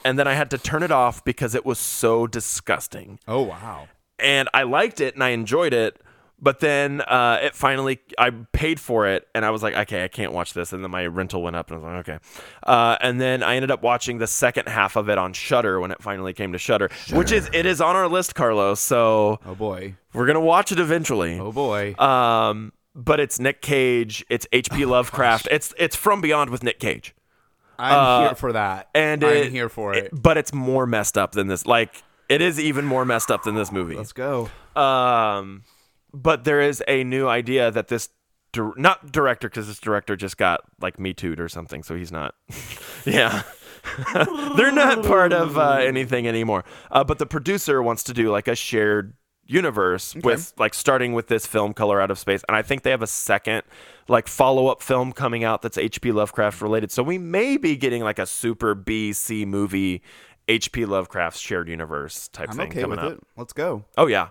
and then I had to turn it off because it was so disgusting
Oh wow.
and I liked it and I enjoyed it. But then uh, it finally, I paid for it and I was like, okay, I can't watch this. And then my rental went up and I was like, okay. Uh, and then I ended up watching the second half of it on Shutter when it finally came to Shutter, which is it is on our list, Carlos. So
Oh boy.
we're gonna watch it eventually.
Oh boy.
Um, but it's Nick Cage, it's
Oh
H.P. Lovecraft, it's it's From Beyond with Nick Cage,
I'm here for that.
uh, and
I'm
it-
here for it.
but it's more messed up than this. Like it is even more messed up than this movie.
Let's go.
Um, but there is a new idea that this dir- not director because this director just got like me too'd or something, so he's not. yeah. They're not part of uh, anything anymore. Uh, but the producer wants to do like a shared universe with like starting with this film color out of space and i think they have a second like follow-up film coming out that's hp lovecraft related so we may be getting like a super bc movie hp lovecraft shared universe type
I'm
thing
okay
coming
with
up
it. Let's go.
oh yeah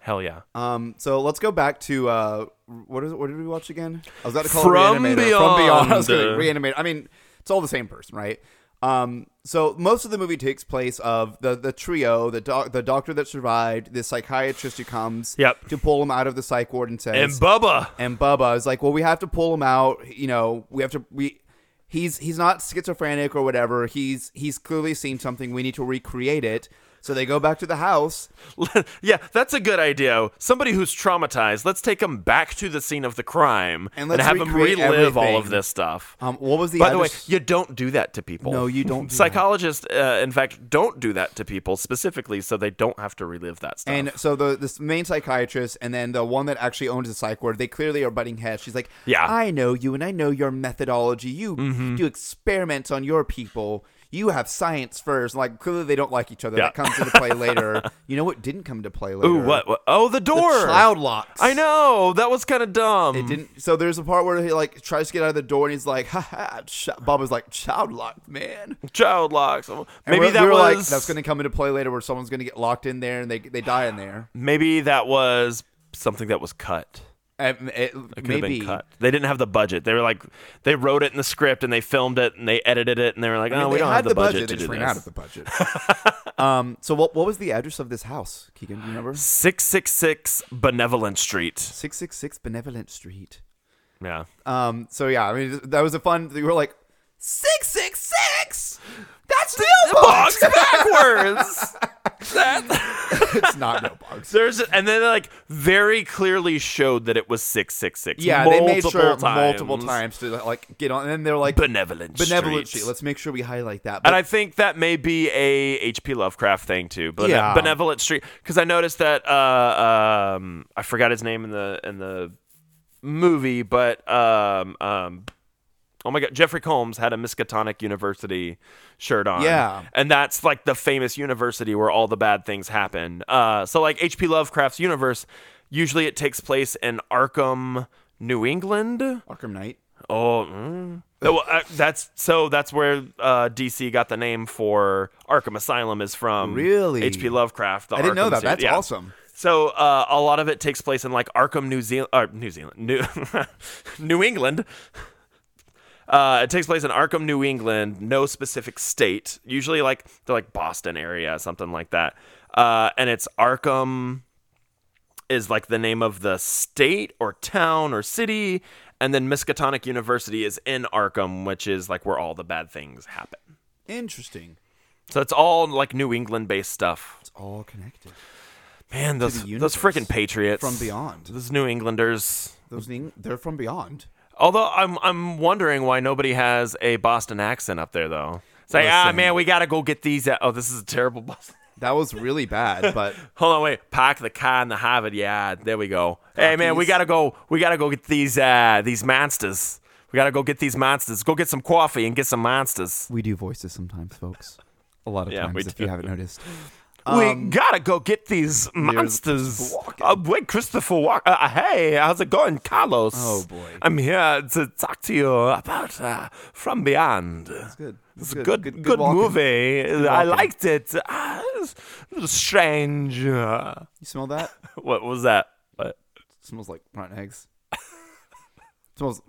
hell yeah
Um, so let's go back to uh, what is it? What did we watch again? Oh, I was about to call
From
it Reanimator. From
Beyond.
Beyond. I was going to reanimate. I mean, it's all the same person, right? Um, so most of the movie takes place of the the trio, the doc, the doctor that survived, the psychiatrist who comes
Yep.
to pull him out of the psych ward and says,
And Bubba.
and Bubba is like, well, we have to pull him out. You know, we have to we. He's he's not schizophrenic or whatever. He's he's clearly seen something. We need to recreate it. So they go back to the house.
yeah, that's a good idea. Somebody who's traumatized, let's take them back to the scene of the crime
And let's
have them
recreate
relive all
everything.
of this stuff.
Um, what was the
By the
other
way,
s-
you don't do that to people.
No, you don't do that.
Psychologists, uh, in fact, don't do that to people specifically, so they don't have to relive that stuff.
And so the this main psychiatrist and then the one that actually owns the psych ward, they clearly are butting heads. She's like,
Yeah. Mm-hmm.
I know you and I know your methodology. You do experiments on your people. You have science first. Like clearly they don't like each other. That
Yeah.
comes into play later. You know what didn't come into play later?
Ooh, what, what? Oh, the
The
door.
child locks.
I know that was kind of dumb.
It didn't. So there's a part where he like tries to get out of the door and he's like, "Ha ha!" Ch-. Bob was like, "Child locked, man."
Child locks.
And
Maybe
we're-
that
we were
was
like, that's going to come into play later, where someone's going to get locked in there and they they die in there.
maybe that was something that was cut.
And it,
Could have
maybe
been cut. They didn't have the budget. They were like, they wrote it in the script and they filmed it and they edited it and they were like,
I
oh,
mean,
we
they
don't
had
have the, budget, to do
they just
this.
ran out of the budget. um, so what what was the address of this house, Keegan? Do you remember?
666 Benevolent Street.
Six six six Benevolent Street.
Yeah.
Um, so yeah, I mean that was a fun. We were like six six six.
That's the box backwards. That-
it's not no box.
there's and then they like very clearly showed that it was six six six.
Yeah,
multiple
they made sure
times.
multiple times to like get on, and then they're like
Benevolent,
benevolent
streets.
sheet. Let's make sure we highlight that. But
And I think that may be a H.P. Lovecraft thing too, but
Yeah.
benevolent street. Because I noticed that uh, um, I forgot his name in the in the movie, but um, um, oh my god, Jeffrey Combs had a Miskatonic University shirt on.
Yeah.
and that's like the famous university where all the bad things happen. Uh, so like H.P. Lovecraft's universe, usually it takes place in Arkham, New England.
Arkham Knight.
Oh, mm. Oh, well, uh, that's so. That's where uh, DC got the name for Arkham Asylum is from.
Really?
H.P. Lovecraft. The
I didn't know
Arkham
that.
series.
That's
Yeah.
awesome.
So uh, a lot of it takes place in like Arkham, New Zealand, or New Zealand, New New England. Uh, it takes place in Arkham, New England, no specific state. Usually, like they're like Boston area, something like that. Uh, and it's Arkham is like the name of the state or town or city, and then Miskatonic University is in Arkham, which is like where all the bad things happen.
Interesting.
So it's all like New England based stuff.
It's all connected.
Man, those
the
those
universe.
freaking patriots
From beyond.
Those New Englanders.
Those things, they're from beyond.
Although I'm I'm wondering why nobody has a Boston accent up there though. It's like, ah
Listen.
man, we gotta go get these. Out. Oh, this is a terrible Boston.
That was really bad, but
Hold on, wait. Park the car in the Harvard yard. There we go. Hey man, we
Cockies.
gotta go. We gotta go get these uh these monsters. We gotta go get these monsters. Go get some coffee and get some monsters.
we do voices sometimes, folks. A lot of
Yeah, we
times, if you
do.
haven't noticed. Um,
we gotta go get these monsters. Uh, wait, Christopher Walk. Uh, hey, how's it going, Carlos?
Oh, boy.
I'm here to talk to you about uh, From Beyond. It's
good.
It's
It's
a
good.
good,
Good-
good,
good walking.
movie. I
walking.
liked it. Ah, it's a little strange. Uh,
You smell that?
What was that? What?
It smells like rotten eggs. It smells.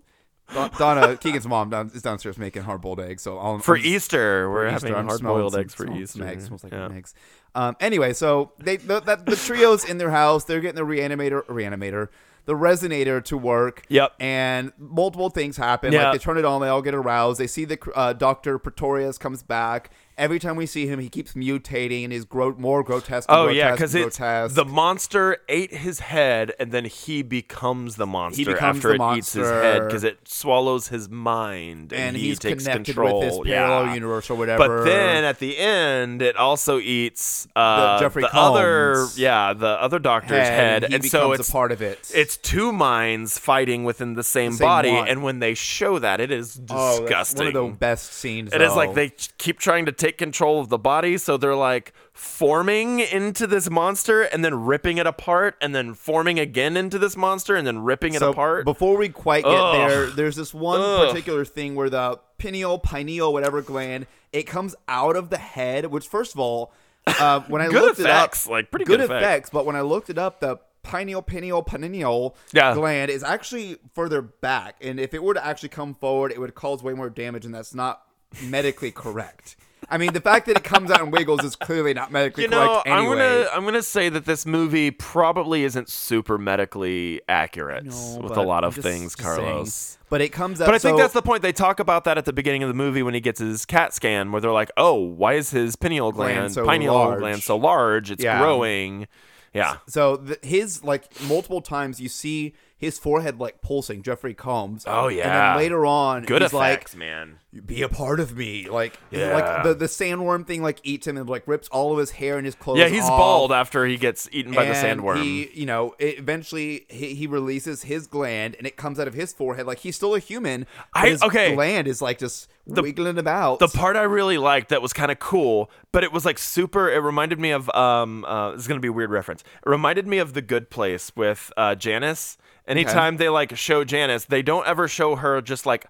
Don- Donna Keegan's mom down, is downstairs making hard boiled eggs. So I'll,
For
I'm just-
Easter, we're
for
having
Easter, I'm
hard
smelling
boiled
some-
eggs for
smelling
Easter.
some eggs, smells like
Yeah.
rotten eggs. Um, anyway, so they the, that, the trio's in their house. They're getting the reanimator, reanimator, the resonator to work.
Yep.
And multiple things happen.
Yeah.
Like they turn it on, they all get aroused. They see the cr- uh, Doctor Pretorius comes back. Every time we see him, he keeps mutating and is gro- more grotesque. and
Oh
grotesque
yeah,
and
because it's
grotesque.
the monster ate his head, and then he becomes the monster
becomes
after
the
it eats his head
monster.
because it swallows his mind, and,
and
he
he's
takes
connected
control.
with this
yeah.
parallel universe or whatever.
But then at the end, it also eats uh,
The Jeffrey
the other,
Combs
yeah, the other doctor's head,
he
and
becomes
so it's
a part of it.
It's two minds fighting within the same,
same
body,
one.
and when they show that, it is
Oh,
disgusting.
that's One of the best scenes.
It is like
though.
they ch- keep trying to take control of the body, so they're like forming into this monster and then ripping it apart and then forming again into this monster and then ripping it
So,
apart.
Before we quite get
Ugh.
there, there's this one
Ugh.
particular thing where the pineal, pineal, whatever gland, it comes out of the head. Which, first of all, uh, when I
Good
looked
effects,
it up,
like, pretty
good,
good effects.
But when I looked it up, the pineal, pineal, pineal
Yeah.
gland is actually further back, and if it were to actually come forward, it would cause way more damage, and that's not medically correct. I mean, the fact that it comes out and wiggles is clearly not medically
you know,
correct. Anyway.
I'm gonna I'm gonna say that this movie probably isn't super medically accurate
No,
with a
Oh, but
lot
I'm
of
just-
things,
just saying.
Carlos.
But it comes up.
But I think
so-
that's the point. They talk about that at the beginning of the movie when he gets his CAT scan, where they're like, "Oh, why is his pineal gland,
Gland so
pineal
large."
gland so large? It's
Yeah.
growing." Yeah.
So th- his like multiple times you see his forehead like pulsing. Jeffrey Combs.
Oh,
And
yeah.
then later on,
Good
he's
effects, man.
like, "Be a part of me." Like,
Yeah.
like the the sandworm thing like eats him and like rips all of his hair and his clothes.
Yeah, he's
off.
bald after he gets eaten by the
And
sandworm.
He, you know, it eventually he, he releases his gland and it comes out of his forehead. Like he's still a human. but
I-
his
okay.
Gland is like just wiggling about.
the part I really liked that was kind of cool, but it was like super. It reminded me of um. Uh, this is gonna be a weird reference. It reminded me of The Good Place with uh, Janice. Anytime they like show Janice, they don't ever show her just like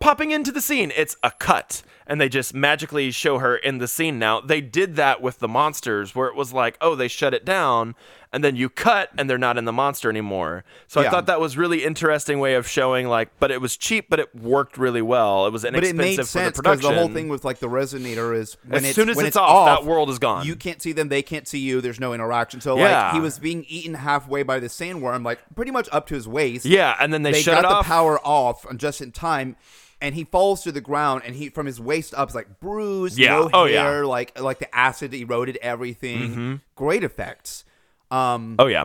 popping into the scene. It's a cut, and they just magically show her in the scene. Now they did that with the monsters, where it was like, oh, they shut it down, and then you cut, and they're not in the monster anymore. So I
Yeah.
thought that was really interesting way of showing like, but it was cheap, but it worked really well. It was an
but it made
expensive
sense
for the
because
production.
the whole thing with like the resonator is when
As
it's,
soon as
when
it's
it's,
off, that world is gone.
You can't see them; they can't see you. There's no interaction. So
Yeah.
like he was being eaten halfway by the sandworm, like pretty much up to his waist.
yeah, and then they,
they
shut
got
it
the
off.
power off and just in time. and he falls to the ground, and he from his waist up is like bruised,
Yeah.
no
Oh, yeah. Mm-hmm.
hair, like like the acid eroded everything. Great effects. Um,
Oh yeah.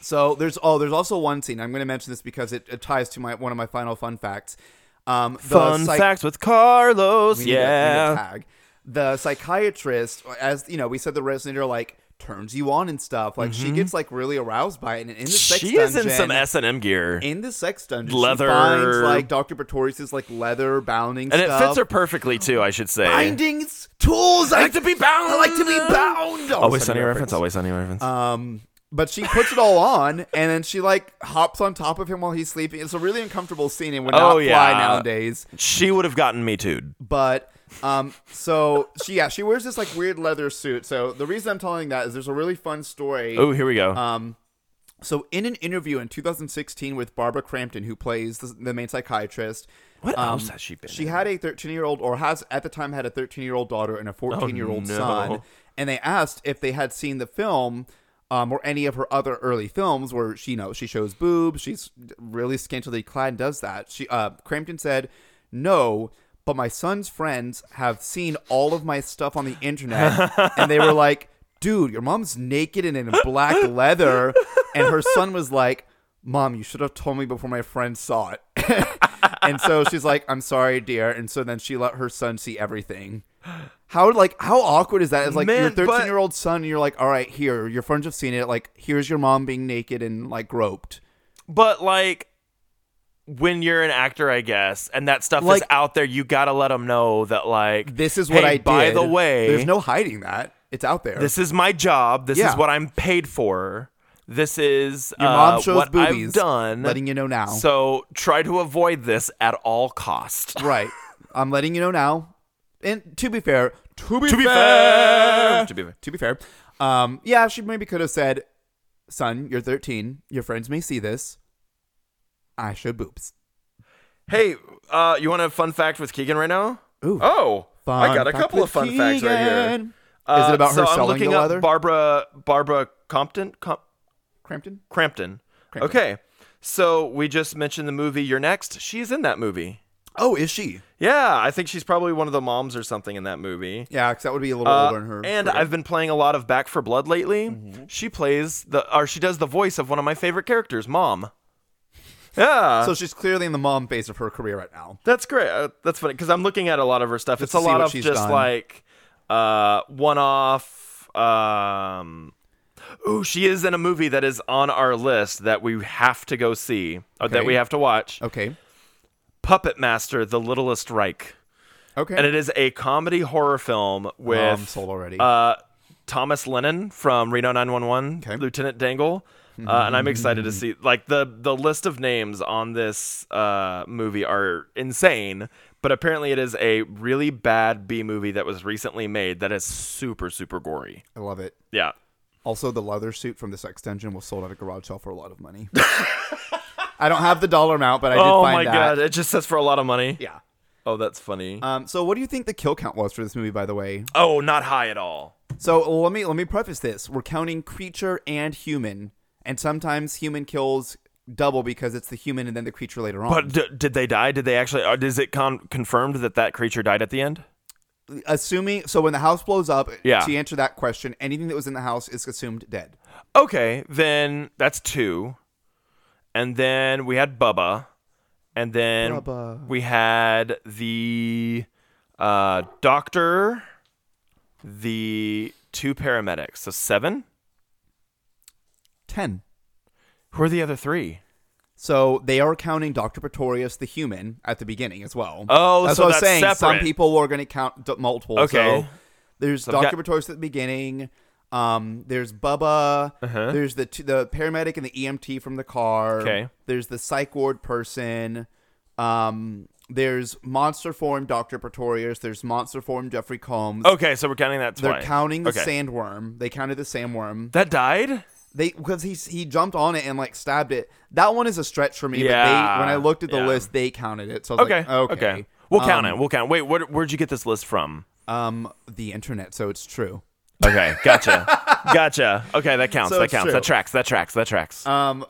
so there's oh there's also one scene I'm going to mention this because it, it ties to my one of my final fun facts. Um, the
Fun
psych-
facts with Carlos.
we need a- we need a
Yeah.
tag. The psychiatrist, as you know, we said the resonator like turns you on and stuff. Like she gets like really aroused by it, and in the sex
Mm-hmm. She is
dungeon,
in some S and M gear,
in the sex dungeon, she
Leather-
finds like Doctor Pretorius's like leather bounding
and it
stuff.
fits her perfectly too. I should say.
bindings, tools.
I like to be bound.
I like to be bound. Oh,
Always sunny reference. Always sunny reference.
But she puts it all on, and then she like hops on top of him while he's sleeping. It's a really uncomfortable scene, and would not
Oh,
fly
yeah.
nowadays.
Uh, she would have gotten me too.
But um, so she yeah, she wears this like weird leather suit. So the reason I'm telling that is there's a really fun story.
Oh, here we go.
um, So in an interview in 2016 with Barbara Crampton, who plays the, the main psychiatrist, um,
what else has she been?
she
in?
had a 13 year old, or has at the time had a 13 year old daughter and a 14 year old
no.
son. And they asked if they had seen the film um, or any of her other early films where she, you know, she shows boobs, she's really scantily clad and does that. She uh, Crampton said, "No." But my son's friends have seen all of my stuff on the internet, and they were like, "Dude, your mom's naked and in black leather." And her son was like, "Mom, you should have told me before my friends saw it." and so she's like, "I'm sorry, dear." And so then she let her son see everything. How like how awkward is that? It's like your
Man, but-
13 year old son, and you're like, "All right, here, your friends have seen it. Like, here's your mom being naked and like groped."
but like when you're an actor, I guess, and that stuff
Like-
is out there, you gotta let them know that like
This is what
hey,
I did.
By the way,
there's no hiding that. It's out there.
This is my job. This
Yeah.
is what I'm paid for. This is
your mom
uh,
shows
what
boobies.
I've done.
letting you know now.
So try to avoid this at all cost.
right, I'm letting you know now. And to be fair, to be,
To be
fair,
fair. To be fair.
to be fair, um, yeah, she maybe could have said, "Son, you're 13. Your friends may see this. I show boobs."
Hey, uh, you want a fun fact with Keegan right now?
Ooh.
Oh, I
Fun
got a
fact
couple of
with
fun facts right here.
Keegan.
Uh,
Is it about
so
her
I'm
selling
looking
the
up
leather?
Barbara Barbara Compton Com-
Crampton?
Crampton.
Crampton.
Okay, so we just mentioned the movie You're Next. She's in that movie.
Oh, is she?
Yeah, I think she's probably one of the moms or something in that movie.
Yeah, because that would be a little
Uh,
older in her.
and
career.
I've been playing a lot of Back for Blood lately. She plays the or she does the voice of one of my favorite characters, Mom. Yeah.
so she's clearly in the mom phase of her career right now.
that's great. Uh, that's funny cuz I'm looking at a lot of her stuff.
Just
it's a
to see
lot
what
of
she's
just
done.
like uh one-off um Ooh, she is in a movie that is on our list that we have to go see or that
Okay.
we have to watch.
Okay.
Puppet Master: The Littlest Reich.
Okay.
And it is a comedy horror film with
Oh, I'm sold already.
Uh, Thomas Lennon from Reno 911,
Okay. Mm-hmm.
Lieutenant Dangle, uh, and I'm excited to see. Like the the list of names on this uh, movie are insane, but apparently it is a really bad B movie that was recently made that is super super gory.
I love it.
Yeah,
Also, the leather suit from this extension was sold at a garage sale for a lot of money. I don't have the dollar amount, but I did
oh
find
my
that.
god, it just says for a lot of money.
Yeah.
Oh, that's funny.
Um, so, what do you think the kill count was for this movie, by the way?
oh, not high at all.
So let me let me preface this. We're counting creature and human, and sometimes human kills double because it's the human and then the creature later on.
But d- did they die? Did they actually? Or is it con- confirmed that that creature died at the end?
assuming so when the house blows up,
Yeah.
to answer that question, anything that was in the house is assumed dead.
Okay, then that's two. And then we had Bubba. And then
Bubba.
we had the uh, doctor, the two paramedics. So seven?
Ten.
Who are the other three?
So they are counting Dr. Pretorius, the human, at the beginning as well.
Oh,
that's
so
what I was
that's
saying. Some
separate.
people are going to count d- multiple.
Okay.
So there's
I've
Dr.
got-
Pretorius at the beginning. Um, there's Bubba. There's the t- the paramedic and the EMT from the car.
Uh-huh. Okay.
There's the psych ward person. Um, there's monster form Dr. Pretorius. There's monster form Jeffrey Combs.
Okay, so we're counting that
They're
twice.
counting
Oh,
the
Okay.
sandworm. They counted the sandworm.
That died?
They because he he jumped on it and like stabbed it. That one is a stretch for me. But
Yeah,
they, when I looked at the
yeah.
list, they counted it. So I was
Okay.
like, okay,
We'll count it. We'll count. Wait, where, where'd you get this list from?
Um, the internet, so it's true.
Okay, gotcha. gotcha. Okay, that counts.
So
that
it's
counts.
true.
That tracks. That tracks. That tracks.
Um,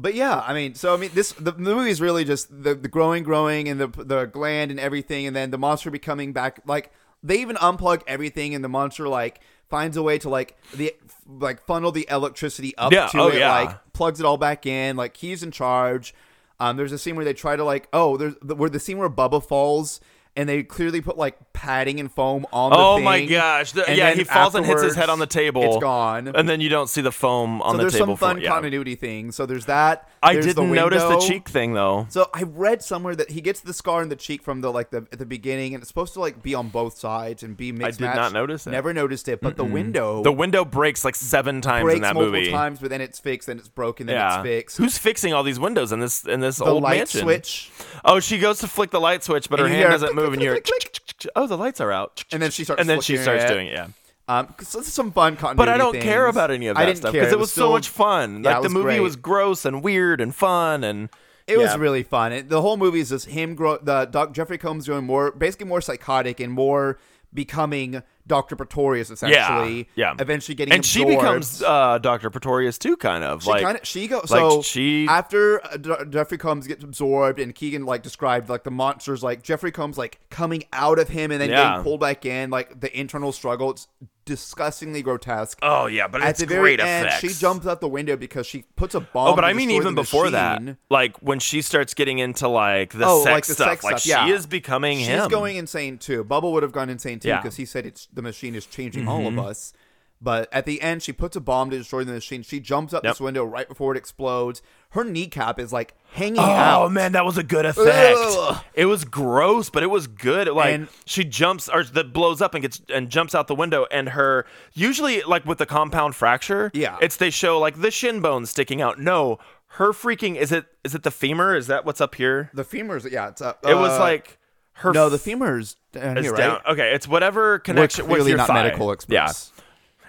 But yeah, I mean, so I mean, this the, the movie is really just the, the growing, growing, and the the gland and everything, and then the monster becoming back. Like they even unplug everything, and the monster like finds a way to like the like funnel the electricity up
Yeah,
to
oh,
it,
yeah.
like plugs it all back in. Like he's in charge. Um, there's a scene where they try to like oh, there's the, where the scene where Bubba falls. And they clearly put like padding and foam on the
Oh
thing,
my gosh! The-
and
yeah,
then
he falls and hits his
afterwards,
head on the table.
It's gone.
and then you don't see the foam on
So
the
there's
table.
some
for-
fun
yeah.
continuity thing. So there's that.
I
There's the
didn't notice the
window.
cheek thing though.
So I read somewhere that he gets the scar in the cheek from the like the at the beginning, and it's supposed to like be on both sides and be mixed.
did
match.
not notice it.
Never noticed it, but the window
The window breaks like seven times
breaks
in that
multiple
movie.
times, but then it's fixed, then it's broken, then
yeah,
it's fixed.
who's fixing all these windows in this in this
the
old
light
mansion?
switch?
Oh, she goes to flick the light switch, but her
And you
hand
hear
doesn't move, and you're
click, click,
oh, the lights are out.
And then she starts
and then she
flicking
starts
it.
doing it. Yeah,
Um, so this is some fun continuity.
but I don't care
things.
about any of
I
that
didn't
stuff
care.
because it was so
still-
much fun.
Yeah,
Like
it
the
was
movie
great.
was gross and weird and fun, and
It
Yeah.
was really fun. It, the whole movie is just him grow the Doc Jeffrey Combs going more basically more psychotic and more becoming Doctor Pretorius essentially.
yeah.
Eventually getting
and she
absorbed.
becomes uh, Doctor Pretorius too, kind of
She
like
kind of she goes
like
so
she-
after uh, D- Jeffrey Combs gets absorbed and Keegan like described like the monsters like Jeffrey Combs like coming out of him and then
Yeah.
getting pulled back in like the internal struggle. It's disgustingly grotesque.
oh yeah, but
At
it's
the very
great
end,
effects.
she jumps out the window because she puts a bomb.
Oh, but
to
I mean,
destroy the
even before
machine.
that, like when she starts getting into like the
Oh,
sex
like the
stuff,
sex
like
stuff, yeah.
she is becoming
She's
him.
going insane too. Bubble would have gone insane too
Yeah. Mm-hmm.
because he said it's the machine is changing all of us. But at the end, she puts a bomb to destroy the machine. She jumps up
Yep.
this window right before it explodes. Her kneecap is like hanging
Oh
out.
man, that was a good effect.
Ugh.
It was gross, but it was good. Like
And-
she jumps or that blows up and gets and jumps out the window and her usually like with the compound fracture,
Yeah.
It's they show like the shin bone sticking out. No, her freaking is it is it the femur? Is that what's up here?
The femur's yeah, it's up.
It was
uh,
like her
no, the femur's down
is
here, right?
down. Okay, it's whatever
We're
connection with
clearly
your
not
thigh.
medical experts.
Yeah.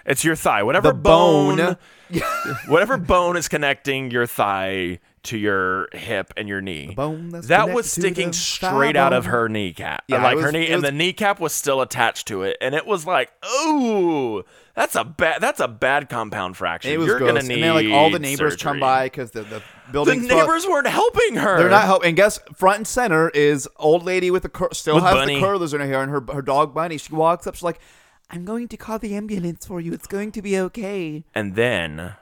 It's your thigh. Whatever
The bone.
whatever bone is connecting your thigh to your hip and your knee.
bone that's
that was
connected to
sticking
the
straight
thigh
out of
bone.
her kneecap.
Yeah,
like
it
her
was-
knee
it
and
was-
the kneecap was still attached to it and it was like, "Ooh, that's a bad that's a bad compound fracture.
It was
You're
gross.
going to need
and then like all the neighbors
surgery.
come by because the the
The
building.
neighbors weren't helping her.
They're not helping. And guess front and center is old lady with the cur- still
With
has
Bunny.
the curlers in her hair and her her dog Bunny. She walks up. She's like, "I'm going to call the ambulance for you. It's going to be okay."
and then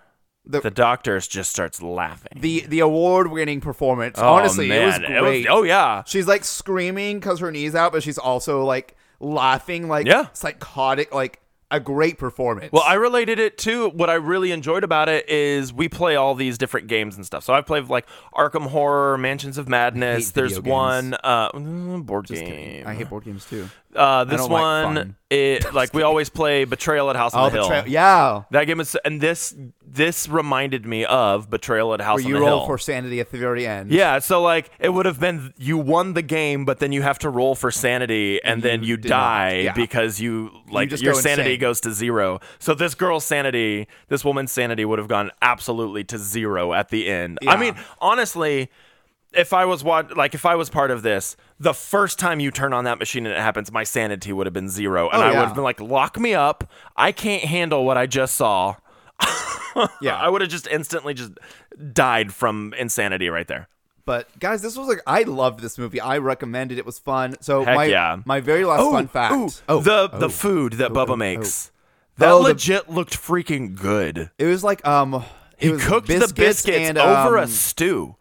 The-
the, doctor just starts laughing.
The the award winning performance.
Oh,
Honestly, it was
man. It was-
great.
oh, yeah.
She's like screaming because her knees out, but she's also like laughing, like
Yeah.
psychotic, like a great performance.
Well, I related it to what I really enjoyed about it is we play all these different games and stuff. So I've played like Arkham Horror, Mansions of Madness.
hate
There's
video games.
one uh, mm, board game.
I hate board games too.
uh, this
don't like
one,
fun.
it like we always play Betrayal at House on
Oh,
the Hill.
the tra- yeah.
That game is, and this this reminded me of Betrayal at House
Where
on
you
the
roll
Hill.
for sanity at the very end.
yeah, so like it would have been you won the game, but then you have to roll for sanity, and, then you
not.
die
Yeah.
because you like
just
your
go
sanity
insane.
goes to zero. So this girl's sanity, this woman's sanity, would have gone absolutely to zero at the end. I
Yeah.
mean, honestly, if I was wa- like if I was part of this, the first time you turn on that machine and it happens, my sanity would have been zero, and
Oh,
I
yeah.
would have been like, "Lock me up! I can't handle what I just saw."
Yeah.
I would have just instantly just died from insanity right there.
But guys, this was like I loved this movie. I recommend it. It was fun. So
Heck
my
yeah.
my very last
Oh,
fun fact.
ooh,
oh,
the
oh.
the food that Bubba
oh,
makes. That
Oh, the-
legit looked freaking good.
It was like um, it
He
was
cooked
biscuits
the biscuits
and,
over
um,
a stew.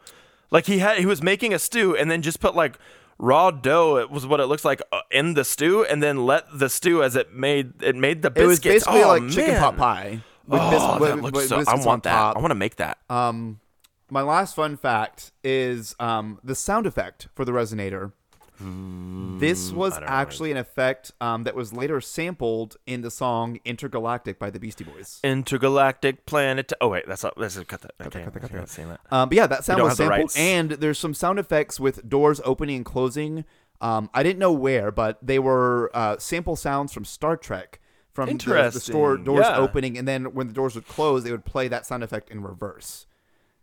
Like he had he was making a stew and then just put like raw dough it was what it looks like uh, in the stew and then let the stew as it made it made the
It was
biscuits.
basically
Oh,
like chicken
man.
pot pie. With
Oh,
bis-
that
with-
looks
with
so, I
biscuits on
want that.
top. Uh,
I want to make that.
My last fun fact is um, the sound effect for the resonator.
Hmm,
This was actually an effect um, that was later sampled in the song "Intergalactic" by the Beastie Boys.
Intergalactic planet. Oh wait, that's not. Let's just cut that. I can't- I can't see that.
Um, but yeah, that sound
don't
was
have the
sampled,
rights.
and there's some sound effects with doors opening and closing. Um, I didn't know where, but they were uh, sample sounds from Star Trek, from the, the store
Interesting.
doors
Yeah.
opening, and then when the doors would close, they would play that sound effect in reverse.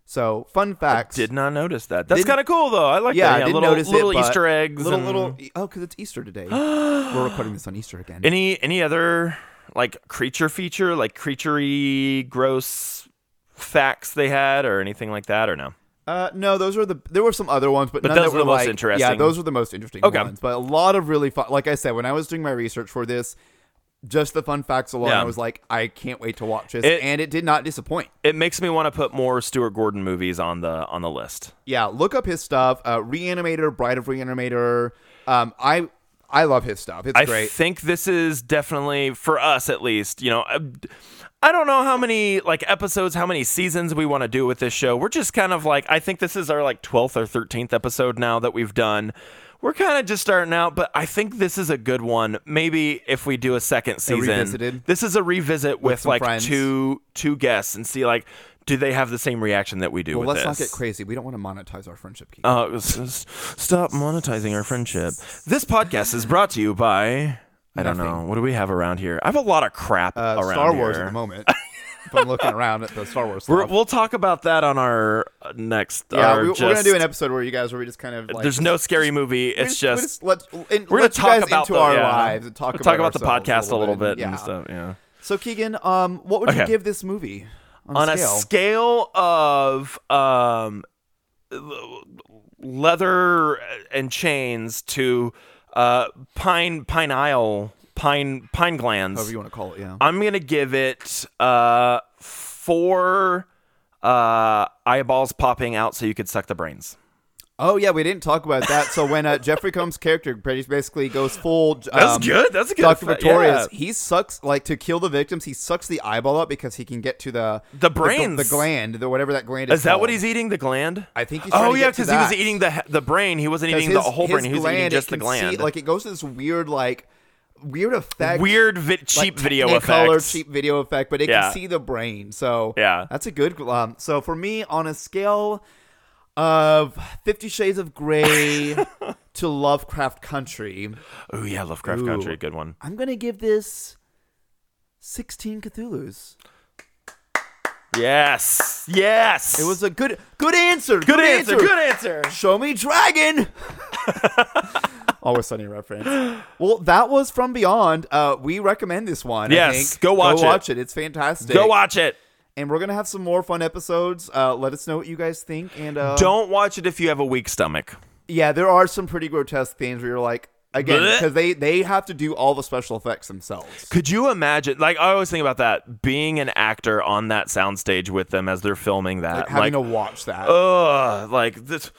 So, fun facts.
Did not notice that. That's
Didn't-
kind of cool though. I like
yeah,
that.
I didn't
little,
notice
little
it. but
Easter eggs.
Little
and-
little. Oh, because it's Easter today. we're recording this on Easter again.
Any any other like creature feature, like creaturey, gross facts they had or anything like that, or no?
Uh, no, those are the. There were some other ones, but,
But
none
those
that
were the most
like- Yeah,
interesting.
those were the most interesting
Okay.
ones. But a lot of really fun. Like I said, when I was doing my research for this, just the fun facts alone,
Yeah.
I was like, I can't wait to watch this,
It-
and it did not disappoint.
It makes me want to put more Stuart Gordon movies on the on the list.
Yeah, look up his stuff. Uh, Reanimator, Bride of Reanimator. Um, I I love his stuff. It's
I
great.
think this is definitely for us at least. You know, I, I don't know how many like episodes, how many seasons we want to do with this show. We're just kind of like I think this is our like twelfth or thirteenth episode now that we've done. We're kind of just starting out, but I think this is a good one. Maybe if we do a second season,
revisited?
this is a revisit with,
some
like
friends?
two two guests and see like do they have the same reaction that we do
well,
with
let's
this.
not get crazy. We don't want to monetize our friendship. Keith.
Uh, s- s- stop monetizing our friendship. This podcast is brought to you by. I don't know. What do we have around here? I have a lot of crap
Uh,
around
Star Wars
here.
at the moment. if I'm looking around at the Star Wars,
We're,
stuff.
we'll talk about that on our uh, next.
yeah,
our
we, we're gonna
just-
do an episode where you guys where we just kind of like
There's no scary movie. It's
We're
just
we're just let, and
we're
let
gonna
you
talk
guys
about
into
the-
our
yeah.
lives and talk
We'll
about,
the
ourselves
podcast a little bit
yeah.
and stuff. Yeah.
So Keegan, um, what would you
Okay.
give this movie on,
on
a scale?
a scale of um l- leather and chains to uh pine pine aisle pine pine glands
however you want to call it, yeah.
i'm gonna give it uh four uh eyeballs popping out so you could suck the brains
oh yeah, we didn't talk about that. So when uh, Jeffrey Combs' character basically goes full, um,
That's good. That's a good
Doctor
effect.
Victorious.
Yeah.
He sucks like to kill the victims. He sucks the eyeball up because he can get to the
The
gl-
brains.
the, gland, the whatever that gland is.
is that what
called.
he's eating the gland
I think he's trying
oh
to
yeah
get to
because he was
that.
eating the he- the brain he wasn't
'Cause
eating
his,
the whole
his
brain he was
gland,
eating
it
just the
can see-
gland
like it goes to this weird like weird effect.
weird vi- cheap video
color
effects
cheap video effect, but it
Yeah.
can see the brain. So
Yeah.
that's a good. Um, so for me, on a scale of Fifty Shades of Grey to Lovecraft Country,
oh yeah lovecraft
Ooh.
country good one
I'm gonna give this sixteen Cthulhu's.
Yes. Yes.
It was a good, good answer.
good answer. Good answer.
Show me dragon. Always sunny reference. Well, that was from beyond. Uh, we recommend this one. I
Yes,
think.
go watch
go
it.
watch it. It's fantastic.
Go watch it.
and we're gonna have some more fun episodes. Uh, let us know what you guys think. And uh,
Don't watch it if you have a weak stomach.
Yeah, there are some pretty grotesque things where you're like, again,
Blech.
because they they have to do all the special effects themselves.
Could you imagine? Like I always think about that being an actor on that soundstage with them as they're filming
Like
that.
having
Like, Uh,
to watch that.
ugh, like this.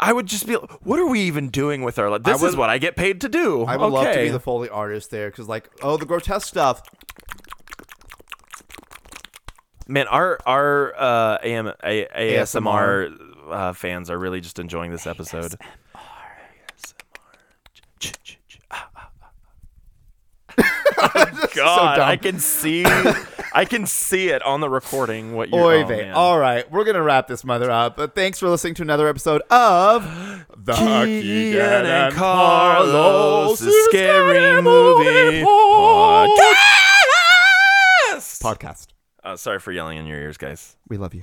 I would just be. like, What are we even doing with our life? This is
would-
what I get paid to do.
I would
okay.
love to be the Foley artist there, because like, oh, the grotesque stuff.
man. Our our uh, AM, A- ASMR, uh, fans are really just enjoying this episode. ah, God,
dumb.
I can see, I can see it on the recording. What you're,
Oy
oh,
vey.
man.
All right, we're gonna wrap this mother up. But thanks for listening to another episode of the
Keegan and Carlos scary movie podcast.
podcast.
Uh, sorry for yelling in your ears, guys.
We love you.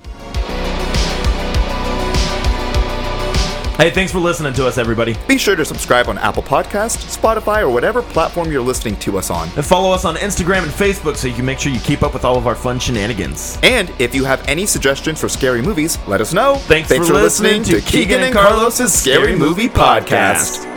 Hey, thanks for listening to us, everybody.
Be sure to subscribe on Apple Podcasts, Spotify, or whatever platform you're listening to us on.
And follow us on Instagram and Facebook so you can make sure you keep up with all of our fun shenanigans.
And if you have any suggestions for scary movies, let us know.
Thanks for listening to Keegan and Carlos's Scary Movie Podcast.